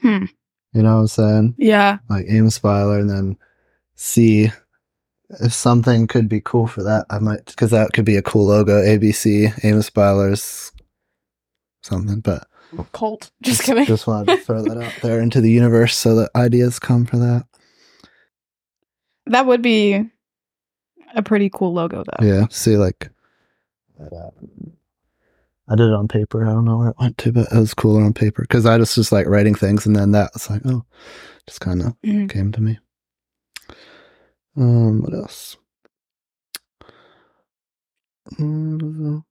S1: Hmm.
S2: You know what I'm saying?
S1: Yeah.
S2: like Amos Byler, and then see if something could be cool for that. I might because that could be a cool logo. ABC Amos Byler's something, but
S1: Cult. Just kidding.
S2: Just wanted to throw that out there into the universe so that ideas come for that.
S1: that would be a pretty cool logo though.
S2: Yeah, see, like uh, I did it on paper. I don't know where it went to, but it was cooler on paper because I just was like writing things, and then that was like, oh, just kind of
S1: Mhm.
S2: came to me. Um, what else? Um,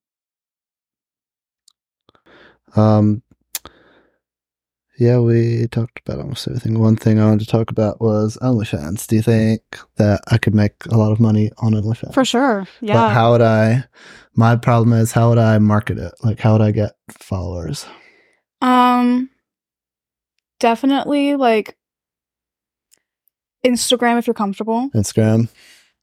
S2: Um, yeah, we talked about almost everything. One thing I wanted to talk about was OnlyFans. Do you think that I could make a lot of money on OnlyFans?
S1: For sure.
S2: But
S1: Yeah.
S2: how would I? My problem is how would I market it? Like, how would I get followers?
S1: um definitely like Instagram if you're comfortable.
S2: Instagram.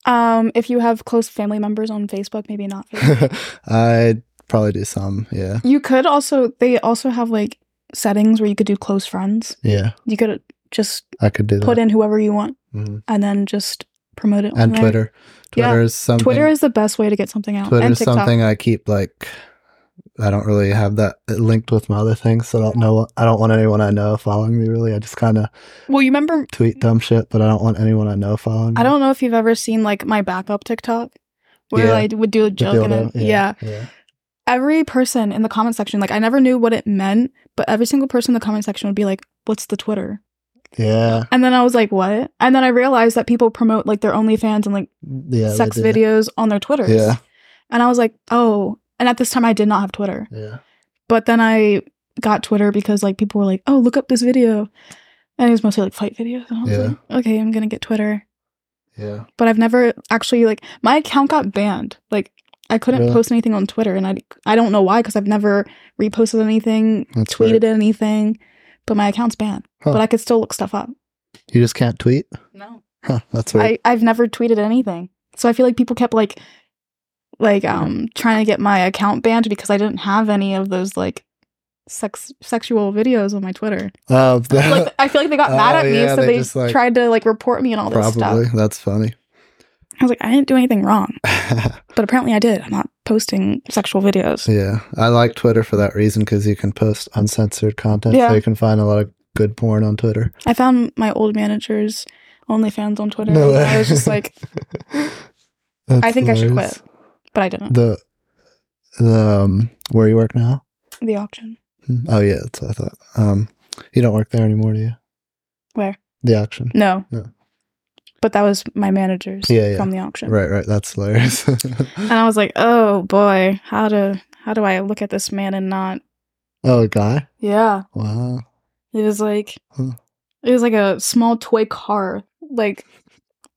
S1: Um if you have close family members on Facebook, maybe not Facebook.
S2: I'd probably do some. Yeah.
S1: you could also they also have like settings where you could do close friends.
S2: Yeah.
S1: You could just
S2: I could do that.
S1: put in whoever you want
S2: Mhm.
S1: and then just promote it. on
S2: and
S1: there.
S2: Twitter.
S1: Oh, Yeah.
S2: Twitter is something.
S1: Twitter is the best way to get something out.
S2: Twitter
S1: and
S2: is
S1: TikTok.
S2: something I keep like. I don't really have that linked with my other things, so I don't know. I don't want anyone I know following me. Really, I just kind of
S1: Well, you remember?
S2: tweet dumb shit, but I don't want anyone I know following. me.
S1: Mm-hmm. I don't know if you've ever seen like my backup TikTok, where
S2: Mm. Yeah.
S1: I would do a
S2: The
S1: joke and
S2: dildo,
S1: then, yeah. every person in the comment section, like I never knew what it meant, but every single person in the comment section would be like, "What's the Twitter?"
S2: yeah,
S1: And then I was like, "What?" And then I realized that people promote like their OnlyFans and like
S2: yeah, they
S1: sex
S2: do.
S1: videos on their Twitters.
S2: Yeah,
S1: And I was like, "Oh." And at this time, I did not have Twitter,
S2: yeah,
S1: but then I got Twitter because like people were like, "Oh, look up this video," and it was mostly like fight videos. And I was
S2: Yeah.
S1: like, "Okay, I'm gonna get Twitter."
S2: yeah.
S1: but I've never actually like my account got banned. Like I couldn't
S2: Really?
S1: post anything on Twitter, and I I don't know why because I've never reposted anything,
S2: That's
S1: tweeted
S2: weird.
S1: anything, but my account's banned.
S2: Huh.
S1: But I could still look stuff up.
S2: You just can't tweet.
S1: No,
S2: Huh, that's weird.
S1: I I've never tweeted anything, so I feel like people kept like like um trying to get my account banned because I didn't have any of those like sex sexual videos on my Twitter.
S2: Uh, the-
S1: Like I feel like they got mad
S2: Oh,
S1: at me,
S2: yeah,
S1: so
S2: they
S1: they,
S2: just, like-
S1: tried to like report me and all this
S2: probably
S1: stuff.
S2: that's funny.
S1: I was like, I didn't do anything wrong.
S2: yeah,
S1: But apparently I did. I'm not posting sexual videos.
S2: I like Twitter for that reason because you can post uncensored content,
S1: Yeah.
S2: so you can find a lot of good porn on Twitter.
S1: I found my old manager's OnlyFans on Twitter.
S2: No
S1: and
S2: way.
S1: I was just like, I think I should quit. But I didn't.
S2: The the um, where you work now?
S1: The auction.
S2: Hmm. Oh yeah, that's what I thought. Um, you don't work there anymore, do you?
S1: Where?
S2: The auction.
S1: No.
S2: No.
S1: But that was my manager's
S2: Yeah, yeah.
S1: from the auction.
S2: Right, right. That's hilarious.
S1: And I was like, oh boy, how to how do I look at this man and not
S2: oh, a guy.
S1: Yeah.
S2: Wow.
S1: It was like
S2: Huh.
S1: it was like a small toy car, like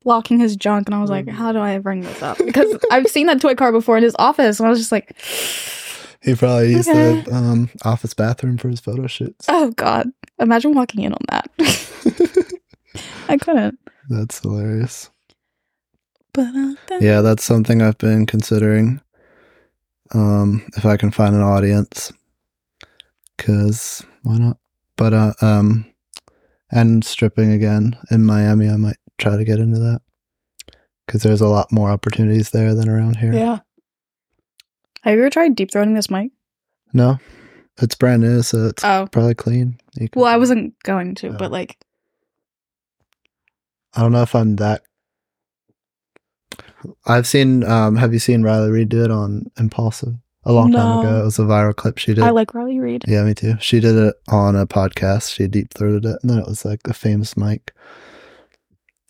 S1: blocking his junk, and I was like,
S2: Mm.
S1: how do I bring this up? Because I've seen that toy car before in his office, and I was just like
S2: He probably used
S1: Okay.
S2: the um, office bathroom for his photo shoots.
S1: Oh God! Imagine walking in on that. I couldn't.
S2: that's hilarious.
S1: But uh, that-
S2: Yeah, that's something I've been considering. Um, if I can find an audience, because why not? But uh, um, and stripping again in Miami, I might try to get into that because there's a lot more opportunities there than around here.
S1: yeah. Have you ever tried deep throating this mic?
S2: No, it's brand new, so it's
S1: Oh,
S2: probably clean. You can-
S1: well, I wasn't going to,
S2: No.
S1: but like,
S2: I don't know if I'm that. I've seen. Um, have you seen Riley Reid do it on Impulsive a long
S1: No.
S2: time ago? It was a viral clip she did.
S1: I like Riley Reed.
S2: yeah, me too. She did it on a podcast. She deep throated it, and then it was like a famous mic.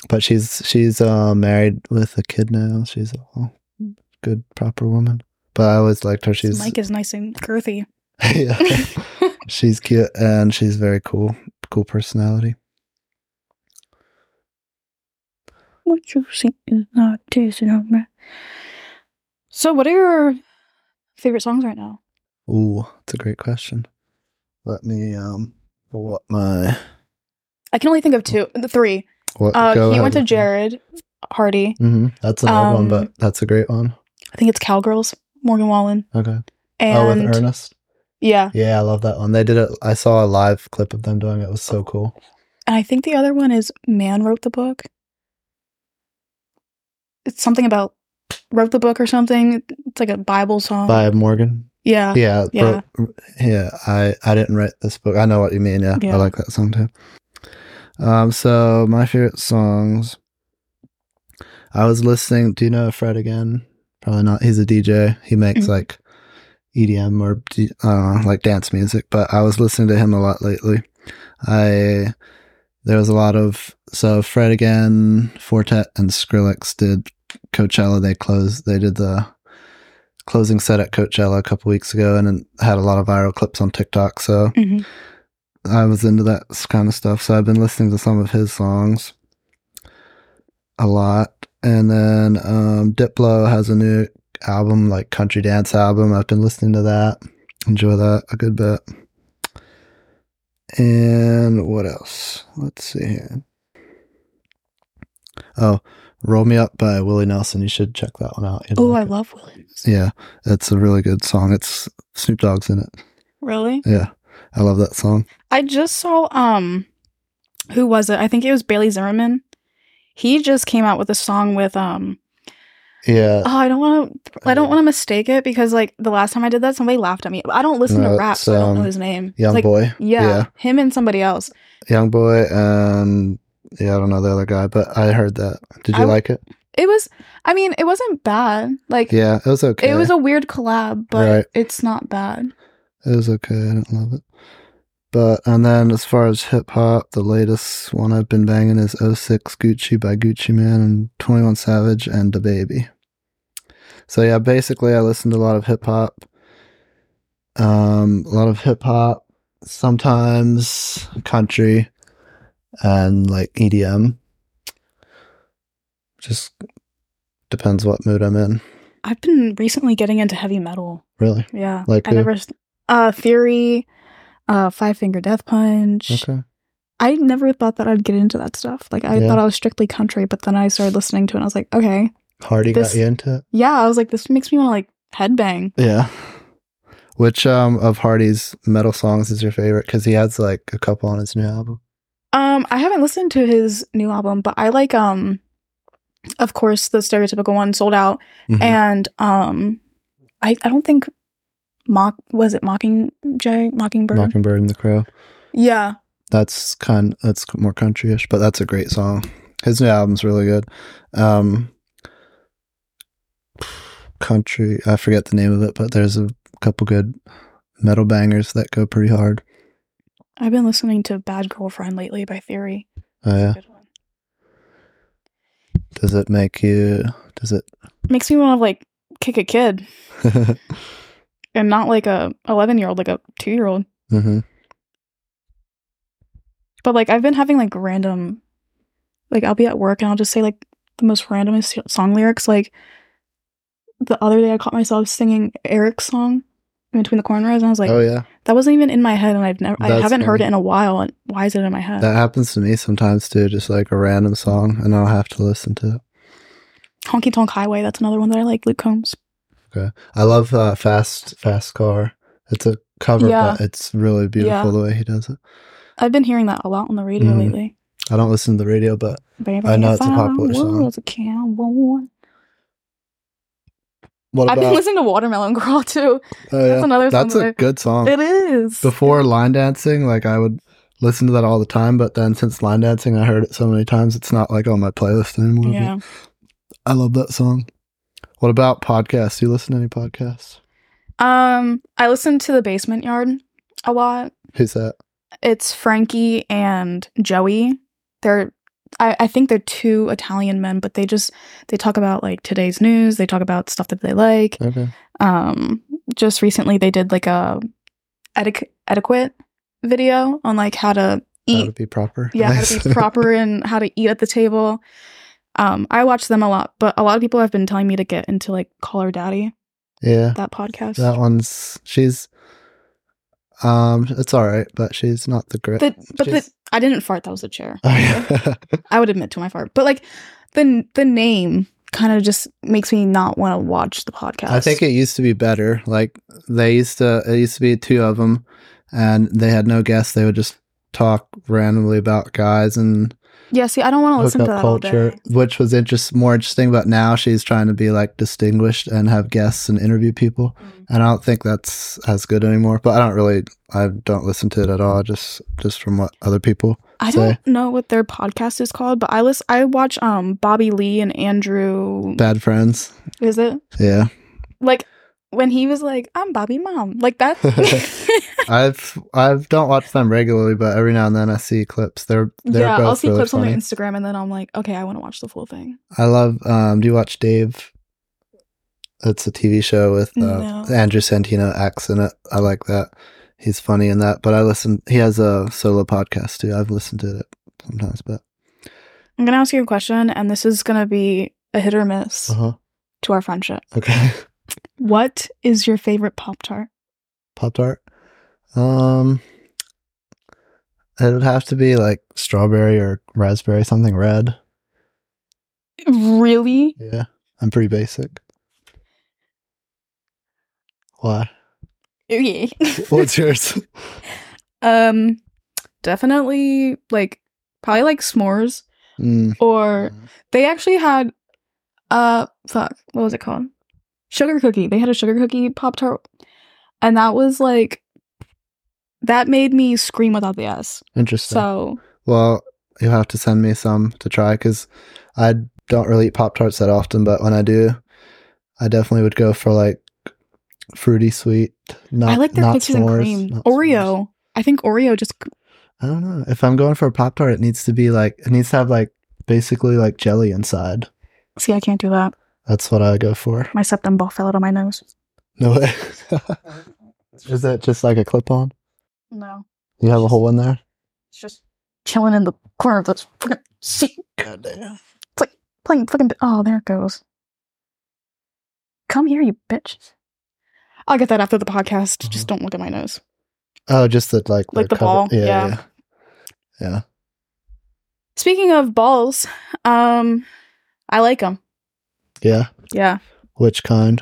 S2: But she's she's uh, married with a kid now. She's a good proper woman. But I always liked her.
S1: This
S2: She's
S1: mic is nice and girthy.
S2: yeah. she's cute and she's very cool. Cool personality.
S1: what you see is not tasting over. So, what are your favorite songs right now?
S2: Ooh, that's a great question. Let me um what my
S1: I can only think of two, the three.
S2: what
S1: Uh,
S2: go
S1: he went to
S2: ahead.
S1: Jared Hardy.
S2: hmm That's an old one,
S1: Um,
S2: but that's a great one.
S1: I think it's Cowgirls. Morgan Wallen.
S2: Okay. oh, with
S1: And
S2: Ernest.
S1: yeah,
S2: Yeah, I love that one. They did it. I saw a live clip of them doing it. It was so cool.
S1: And I think the other one is Man wrote the book. It's something about wrote the book or something. It's like a Bible song.
S2: By Morgan.
S1: Yeah.
S2: Yeah,
S1: yeah.
S2: bro- yeah. I I didn't write this book. I know what you mean. Yeah,
S1: Yeah.
S2: I like that song too. Um, so my favorite songs. I was listening. Do you know Fred again? Probably not. He's a DJ. He makes
S1: Mhm. like,
S2: like EDM or d- uh, like dance music. But I was listening to him a lot lately. I there was a lot of so Fred again, Fortet, and Skrillex did Coachella. They closed. They did the closing set at Coachella a couple weeks ago, and, and had a lot of viral clips on TikTok. So
S1: Mhm.
S2: I was into that s- kind of stuff. So I've been listening to some of his songs a lot, and then um, Diplo has a new album, like country dance album. I've been listening to that. Enjoy that a good bit. And what else? Let's see here. Oh, Roll Me Up by Willie Nelson. You should check that one out. You'd
S1: Oh,
S2: like
S1: I
S2: it.
S1: love Williams.
S2: Yeah, it's a really good song. It's Snoop Dogg's in it.
S1: Really?
S2: Yeah, I love that song.
S1: I just saw um who was it? I think it was Bailey Zimmerman. He just came out with a song with um
S2: Yeah.
S1: oh I don't want to I don't want to mistake it because like the last time I did that somebody laughed at me. I don't listen
S2: No,
S1: to rap,
S2: it's,
S1: so I don't know
S2: um,
S1: his name.
S2: Young
S1: like,
S2: boy.
S1: Yeah,
S2: Yeah.
S1: him and somebody else.
S2: Young boy and yeah, I don't know the other guy, but I heard that. Did you
S1: I-
S2: like it?
S1: It was I mean, it wasn't bad. Like
S2: Yeah, it was okay.
S1: it was a weird collab, but
S2: Right.
S1: it's not bad.
S2: It was okay. I didn't love it. But and then as far as hip hop, the latest one I've been banging is 06 Gucci by Gucci Man and 21 Savage and the Baby. So yeah, basically I listened to a lot of hip hop. Um, a lot of hip hop, sometimes country and like EDM. Just depends what mood I'm in,
S1: I've been recently getting into heavy metal.
S2: really.
S1: Yeah.
S2: Like
S1: I
S2: who?
S1: never uh Theory, uh Five Finger Death Punch.
S2: Okay.
S1: I never thought that I'd get into that stuff. Like I
S2: Yeah.
S1: thought I was strictly country, but then I started listening to it and I was like, okay.
S2: Hardy
S1: This-
S2: got you into it?
S1: Yeah, I was like, this makes me want to like headbang.
S2: Yeah. Which um of Hardy's metal songs is your favorite? Because he has like a couple on his new album.
S1: Um, I haven't listened to his new album, but I like um of course the stereotypical one sold out.
S2: Mm-hmm.
S1: And um I, I don't think mock was it mocking Jay Mockingbird?
S2: Mockingbird and the Crow.
S1: Yeah.
S2: That's kind. That's more countryish, but that's a great song. His new album's really good. Um, country. I forget the name of it, but there's a couple good metal bangers that go pretty hard.
S1: I've been listening to Bad Girlfriend lately by Theory.
S2: Oh yeah.
S1: Good one.
S2: Does it make you? Does it?
S1: Makes me want to like kick a kid
S2: Mm-hmm.
S1: and not like a 11 year old, like a two year old.
S2: hmm
S1: But like I've been having like random, like I'll be at work and I'll just say like the most randomest song lyrics. Like the other day, I caught myself singing Eric's song in between the cornrows, and I was like,
S2: oh yeah.
S1: that wasn't even in my head, and I've never, I
S2: That's
S1: haven't heard
S2: funny.
S1: it in a while. And why is it in my head?
S2: That happens to me sometimes too, just like a random song, and I'll have to listen to it.
S1: Honky Tonk Highway. That's another one that I like. Luke Combs.
S2: I love uh, "Fast Fast Car." It's a cover,
S1: Yeah.
S2: but it's really beautiful
S1: Yeah.
S2: the way he does it.
S1: I've been hearing that a lot on the radio
S2: Mhm.
S1: lately.
S2: I don't listen to the radio, but I know it's a popular song.
S1: was a cowboy.
S2: what
S1: I've been
S2: about?
S1: listening to Watermelon Girl too.
S2: Oh,
S1: That's
S2: yeah.
S1: another song
S2: That's
S1: that
S2: a
S1: I-
S2: good song.
S1: It is.
S2: Before line dancing, like I would listen to that all the time, but then since line dancing, I heard it so many times, it's not like on my playlist anymore.
S1: Yeah.
S2: but I love that song. What about podcasts? Do you listen to any podcasts?
S1: Um, I listen to the Basement Yard a lot.
S2: Who's that?
S1: It's Frankie and Joey. They're I, I think they're two Italian men, but they just they talk about like today's news. They talk about stuff that they like.
S2: Okay.
S1: Um, just recently they did like a etiqu- etiquette video on like how to
S2: That
S1: eat
S2: would be proper.
S1: E. yeah, how
S2: Nice.
S1: to be proper and how to eat at the table. Um, I watch them a lot, but a lot of people have been telling me to get into like Call Her Daddy,
S2: yeah.
S1: that podcast.
S2: That one's she's um it's all right, but she's not the grit.
S1: The- but the,
S2: she's-
S1: I didn't fart. That was the chair.
S2: Oh, yeah.
S1: I would admit to my fart, but like the the name kind of just makes me not want to watch the podcast.
S2: I think it used to be better. Like they used to it used to be two of them and they had no guests. They would just talk randomly about guys and
S1: yeah. See, I don't want to listen to
S2: hookup
S1: that all
S2: culture,
S1: day.
S2: which was interest more interesting, but now she's trying to be like distinguished and have guests and interview people.
S1: Mm.
S2: And I don't think that's as good anymore. But I don't really I don't listen to it at all, just just from what other people
S1: I
S2: say.
S1: don't know what their podcast is called, but I list I watch um Bobby Lee and Andrew.
S2: Bad friends.
S1: Is it
S2: Yeah.
S1: like when he was like I'm Bobby Mom like that?
S2: I've I've don't watch them regularly, but every now and then I see clips. They're they're
S1: yeah,
S2: both
S1: I'll see
S2: really
S1: clips on
S2: funny.
S1: their Instagram and then I'm like, okay, I want to watch the full thing.
S2: I love. Um, do you watch Dave? It's a TV show with uh,
S1: No.
S2: Andrew Santino acts in it. I like that. He's funny in that. But I listen. He has a solo podcast too. I've listened to it sometimes, but
S1: I'm gonna ask you a question, and this is gonna be a hit or miss
S2: uh huh.
S1: to our friendship.
S2: Okay.
S1: What is your favorite Pop Tart?
S2: Pop tart. Um, it would have to be like strawberry or raspberry, something red.
S1: Really?
S2: Yeah, I'm pretty basic. Why?
S1: Yeah.
S2: What's yours?
S1: um, definitely like probably like s'mores.
S2: Mm.
S1: or they actually had uh fuck what was it called sugar cookie they had a sugar cookie pop tart and that was like that made me scream without the s
S2: Interesting.
S1: so
S2: Well, you'll have to send me some to try because I don't really eat Pop Tarts that often, but when I do, I definitely would go for like fruity sweet. Not,
S1: i like their
S2: not
S1: cookies
S2: s'mores,
S1: and cream
S2: not s'mores.
S1: oreo i think oreo just
S2: I don't know. If I'm going for a Pop Tart, it needs to be like, it needs to have like basically like jelly inside.
S1: see i can't do that
S2: That's what I go for.
S1: my septum ball fell out of my nose
S2: No way. Is that just like a clip on?
S1: no
S2: You have a hole in there?
S1: it's just chilling in the corner of this fucking seat
S2: God damn.
S1: playing fucking. Oh, there it goes. Come here, you bitch. I'll get that after the podcast.
S2: Mm-hmm.
S1: Just don't look at my nose.
S2: Oh, just the like,
S1: Like the
S2: cover-
S1: ball, yeah.
S2: yeah.
S1: Speaking of balls, um, I like them.
S2: Yeah.
S1: Yeah,
S2: Which kind?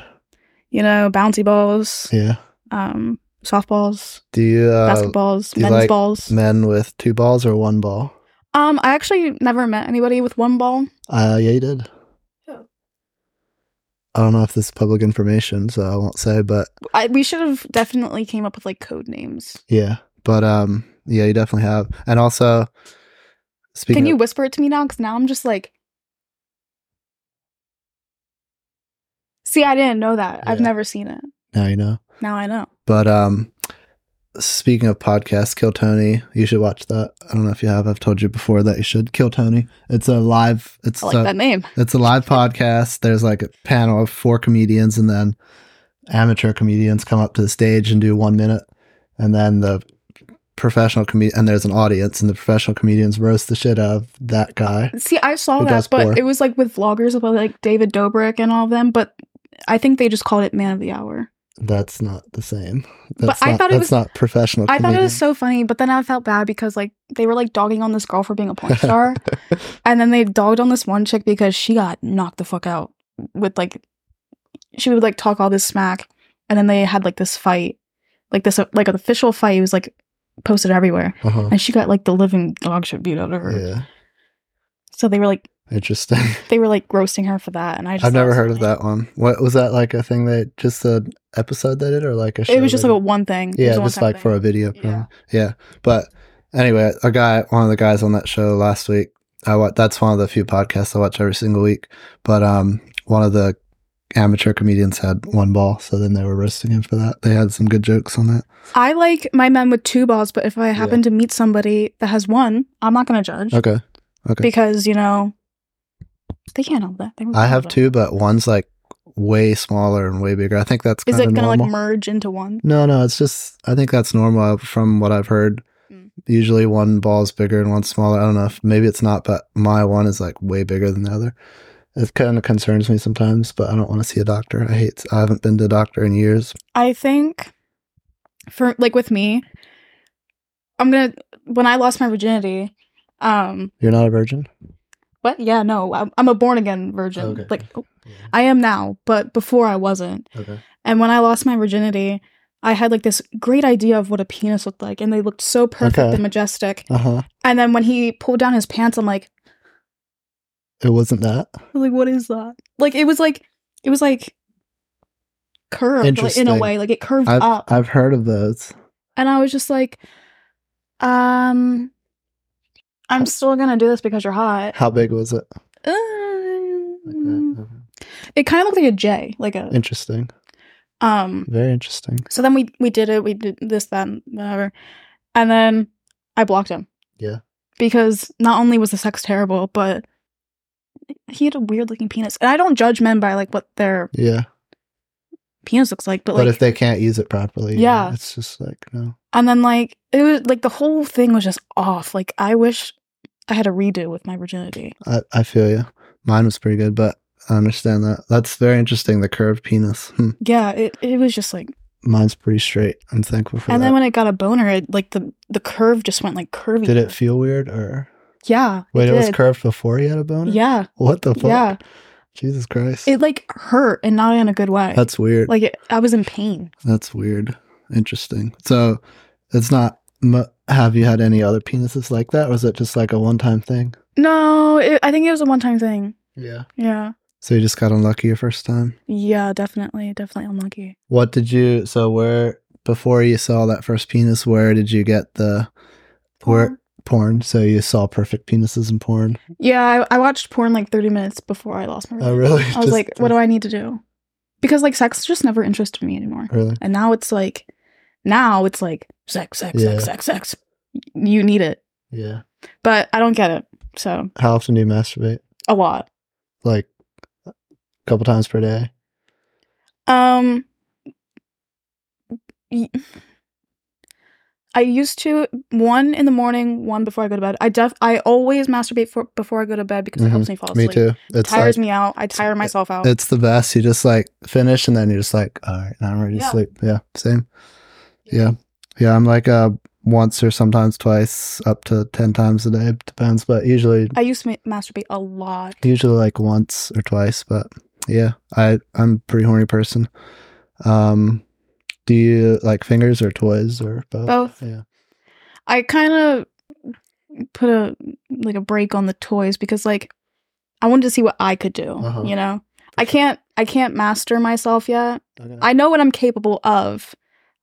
S1: you know, bouncy balls,
S2: Yeah.
S1: um, softballs,
S2: Do you uh,
S1: basketballs,
S2: do you
S1: men's
S2: like
S1: balls.
S2: men with two balls or one ball?
S1: um, I actually never met anybody with one ball.
S2: Uh, yeah, you did.
S1: Who?
S2: I don't know if this is public information, so I won't say, but
S1: I, we should have definitely came up with like code names.
S2: yeah. But um, yeah, you definitely have. And also, speaking
S1: Can you
S2: of,
S1: whisper it to me now? Because now I'm just like. See, I didn't know that. I've
S2: Yeah.
S1: never seen it.
S2: now you know.
S1: Now I know.
S2: But um, speaking of podcasts, Kill Tony, you should watch that. I don't know if you have. I've told you before that you should. Kill Tony. It's a live. It's
S1: I like
S2: a,
S1: that name.
S2: It's a live podcast. There's like a panel of four comedians, and then amateur comedians come up to the stage and do one minute, and then the professional comedian and there's an audience, and the professional comedians roast the shit out of that guy.
S1: See, I saw
S2: Who does
S1: that, but
S2: porn?
S1: it was like with vloggers about like David Dobrik and all of them, but I think they just called it Man of the Hour.
S2: That's not the same.
S1: But
S2: That's
S1: I
S2: not,
S1: thought it was-
S2: that's not professional.
S1: I thought it was
S2: comedian.
S1: so funny, but then I felt bad because like they were like dogging on this girl for being a porn star. and then they dogged on this one chick because she got knocked the fuck out with like she would like talk all this smack and then they had like this fight. Like this uh, like an official fight it was like posted everywhere.
S2: Uh-huh.
S1: And she got like the living dog shit beat out of her.
S2: Yeah,
S1: So they were like
S2: interesting.
S1: they were like roasting her for that and I just
S2: I've
S1: thought it
S2: never
S1: was
S2: heard of
S1: funny.
S2: that one. What was that like a thing that just an episode they did, or like a? Show
S1: It was just
S2: they
S1: like a
S2: did?
S1: one thing. It was
S2: Yeah,
S1: a one
S2: just
S1: time
S2: like for
S1: thing.
S2: a video.
S1: Yeah.
S2: Yeah. yeah. But anyway, a guy, one of the guys on that show last week, I watch, that's one of the few podcasts I watch every single week. But um, one of the amateur comedians had one ball, so then they were roasting him for that. They had some good jokes on that.
S1: I like my men with two balls, but if I happen to meet somebody that has one, I'm not going to judge
S2: Okay. Okay.
S1: because you know they can't help that. They really
S2: I
S1: can't
S2: have
S1: help
S2: two, but one's like way smaller and way bigger. I think that's
S1: it. Is
S2: kind
S1: it
S2: of
S1: going to
S2: normal.
S1: like merge into one?
S2: no, no, it's just I think that's normal uh, from what I've heard.
S1: Mm.
S2: Usually one ball's bigger and one's smaller. I don't know if maybe it's not, but my one is like way bigger than the other. It kind of concerns me sometimes, but I don't want to see a doctor. I hate. I haven't been to a doctor in years.
S1: I think for like with me, I'm gonna when I lost my virginity. Um,
S2: You're not a virgin.
S1: but yeah, no, I'm, I'm a born again virgin.
S2: Okay.
S1: Like I am now, but before I wasn't.
S2: Okay.
S1: And when I lost my virginity, I had like this great idea of what a penis looked like, and they looked so perfect
S2: Okay.
S1: and majestic.
S2: Uh huh.
S1: And then when he pulled down his pants, I'm like,
S2: It wasn't that.
S1: like what is that? Like it was like it was like curved like, in a
S2: Interesting.
S1: way, like it curved
S2: I've
S1: up,
S2: I've heard of those.
S1: and I was just like, um, I'm still gonna do this because you're hot.
S2: How big was it?
S1: Um, It kind of looked like a J, like a
S2: Interesting.
S1: um.
S2: Very interesting.
S1: So then we we did it. We did this, that, and whatever, and then I blocked him.
S2: Yeah.
S1: Because not only was the sex terrible, but he had a weird looking penis. And I don't judge men by like what their
S2: Yeah.
S1: penis looks like, but
S2: But,
S1: like,
S2: if they can't use it properly, you know,
S1: Yeah.
S2: it's just like no.
S1: and then like it was like the whole thing was just off. Like I wish I had a redo with my virginity.
S2: I, I feel you. Mine was pretty good, but I understand that. That's very interesting. The curved penis. Hmm.
S1: Yeah, it, it was just like,
S2: Mine's pretty straight. I'm thankful for
S1: and
S2: that.
S1: then when I got a boner, it, like the the curve just went like curvy.
S2: did it feel weird or
S1: Yeah.
S2: wait? It, was
S1: did.
S2: curved before you had a boner.
S1: Yeah,
S2: What the fuck?
S1: yeah.
S2: Jesus Christ.
S1: It like hurt, and not in a good way.
S2: That's weird.
S1: like it, I was in pain.
S2: That's weird. Interesting. So it's not. mu- Have you had any other penises like that, or is it just like a one-time thing?
S1: No, it, I think it was a one time thing.
S2: Yeah.
S1: Yeah.
S2: So you just got unlucky your first time.
S1: Yeah, definitely. Definitely unlucky.
S2: What did you? So where before you saw that first penis, where did you get the where porn? So you saw perfect penises in porn.
S1: Yeah, I, I watched porn like 30 minutes before I lost my
S2: Oh,
S1: virginity.
S2: really?
S1: I was
S2: Just-
S1: like, what do I need to do? Because like sex just never interested me anymore.
S2: Really?
S1: And now it's like, now it's like sex, sex,
S2: Yeah.
S1: sex, sex, sex. You need it.
S2: Yeah.
S1: But I don't get it. So
S2: How often do you masturbate?
S1: a lot.
S2: Like a couple times per day.
S1: Um, y- I used to one in the morning, one before I go to bed. I def I always masturbate for, before I go to bed because
S2: Mhm.
S1: it helps me fall
S2: Me
S1: asleep.
S2: too. It's
S1: Tires
S2: like,
S1: me out. I tire myself out.
S2: it's the best. You just like finish and then you're just like, all right, now I'm ready to
S1: Yeah.
S2: sleep. Yeah. Same. Yeah. Yeah. I'm like uh once or sometimes twice, up to ten times a day. Depends. But usually
S1: I used to ma- masturbate a lot.
S2: usually like once or twice but yeah i i'm a pretty horny person um do you like fingers or toys or both,
S1: Both.
S2: yeah
S1: I kind of put a like a break on the toys because like I wanted to see what I could do.
S2: Uh-huh.
S1: You know, I can't I can't master myself yet.
S2: okay.
S1: I know what I'm capable of.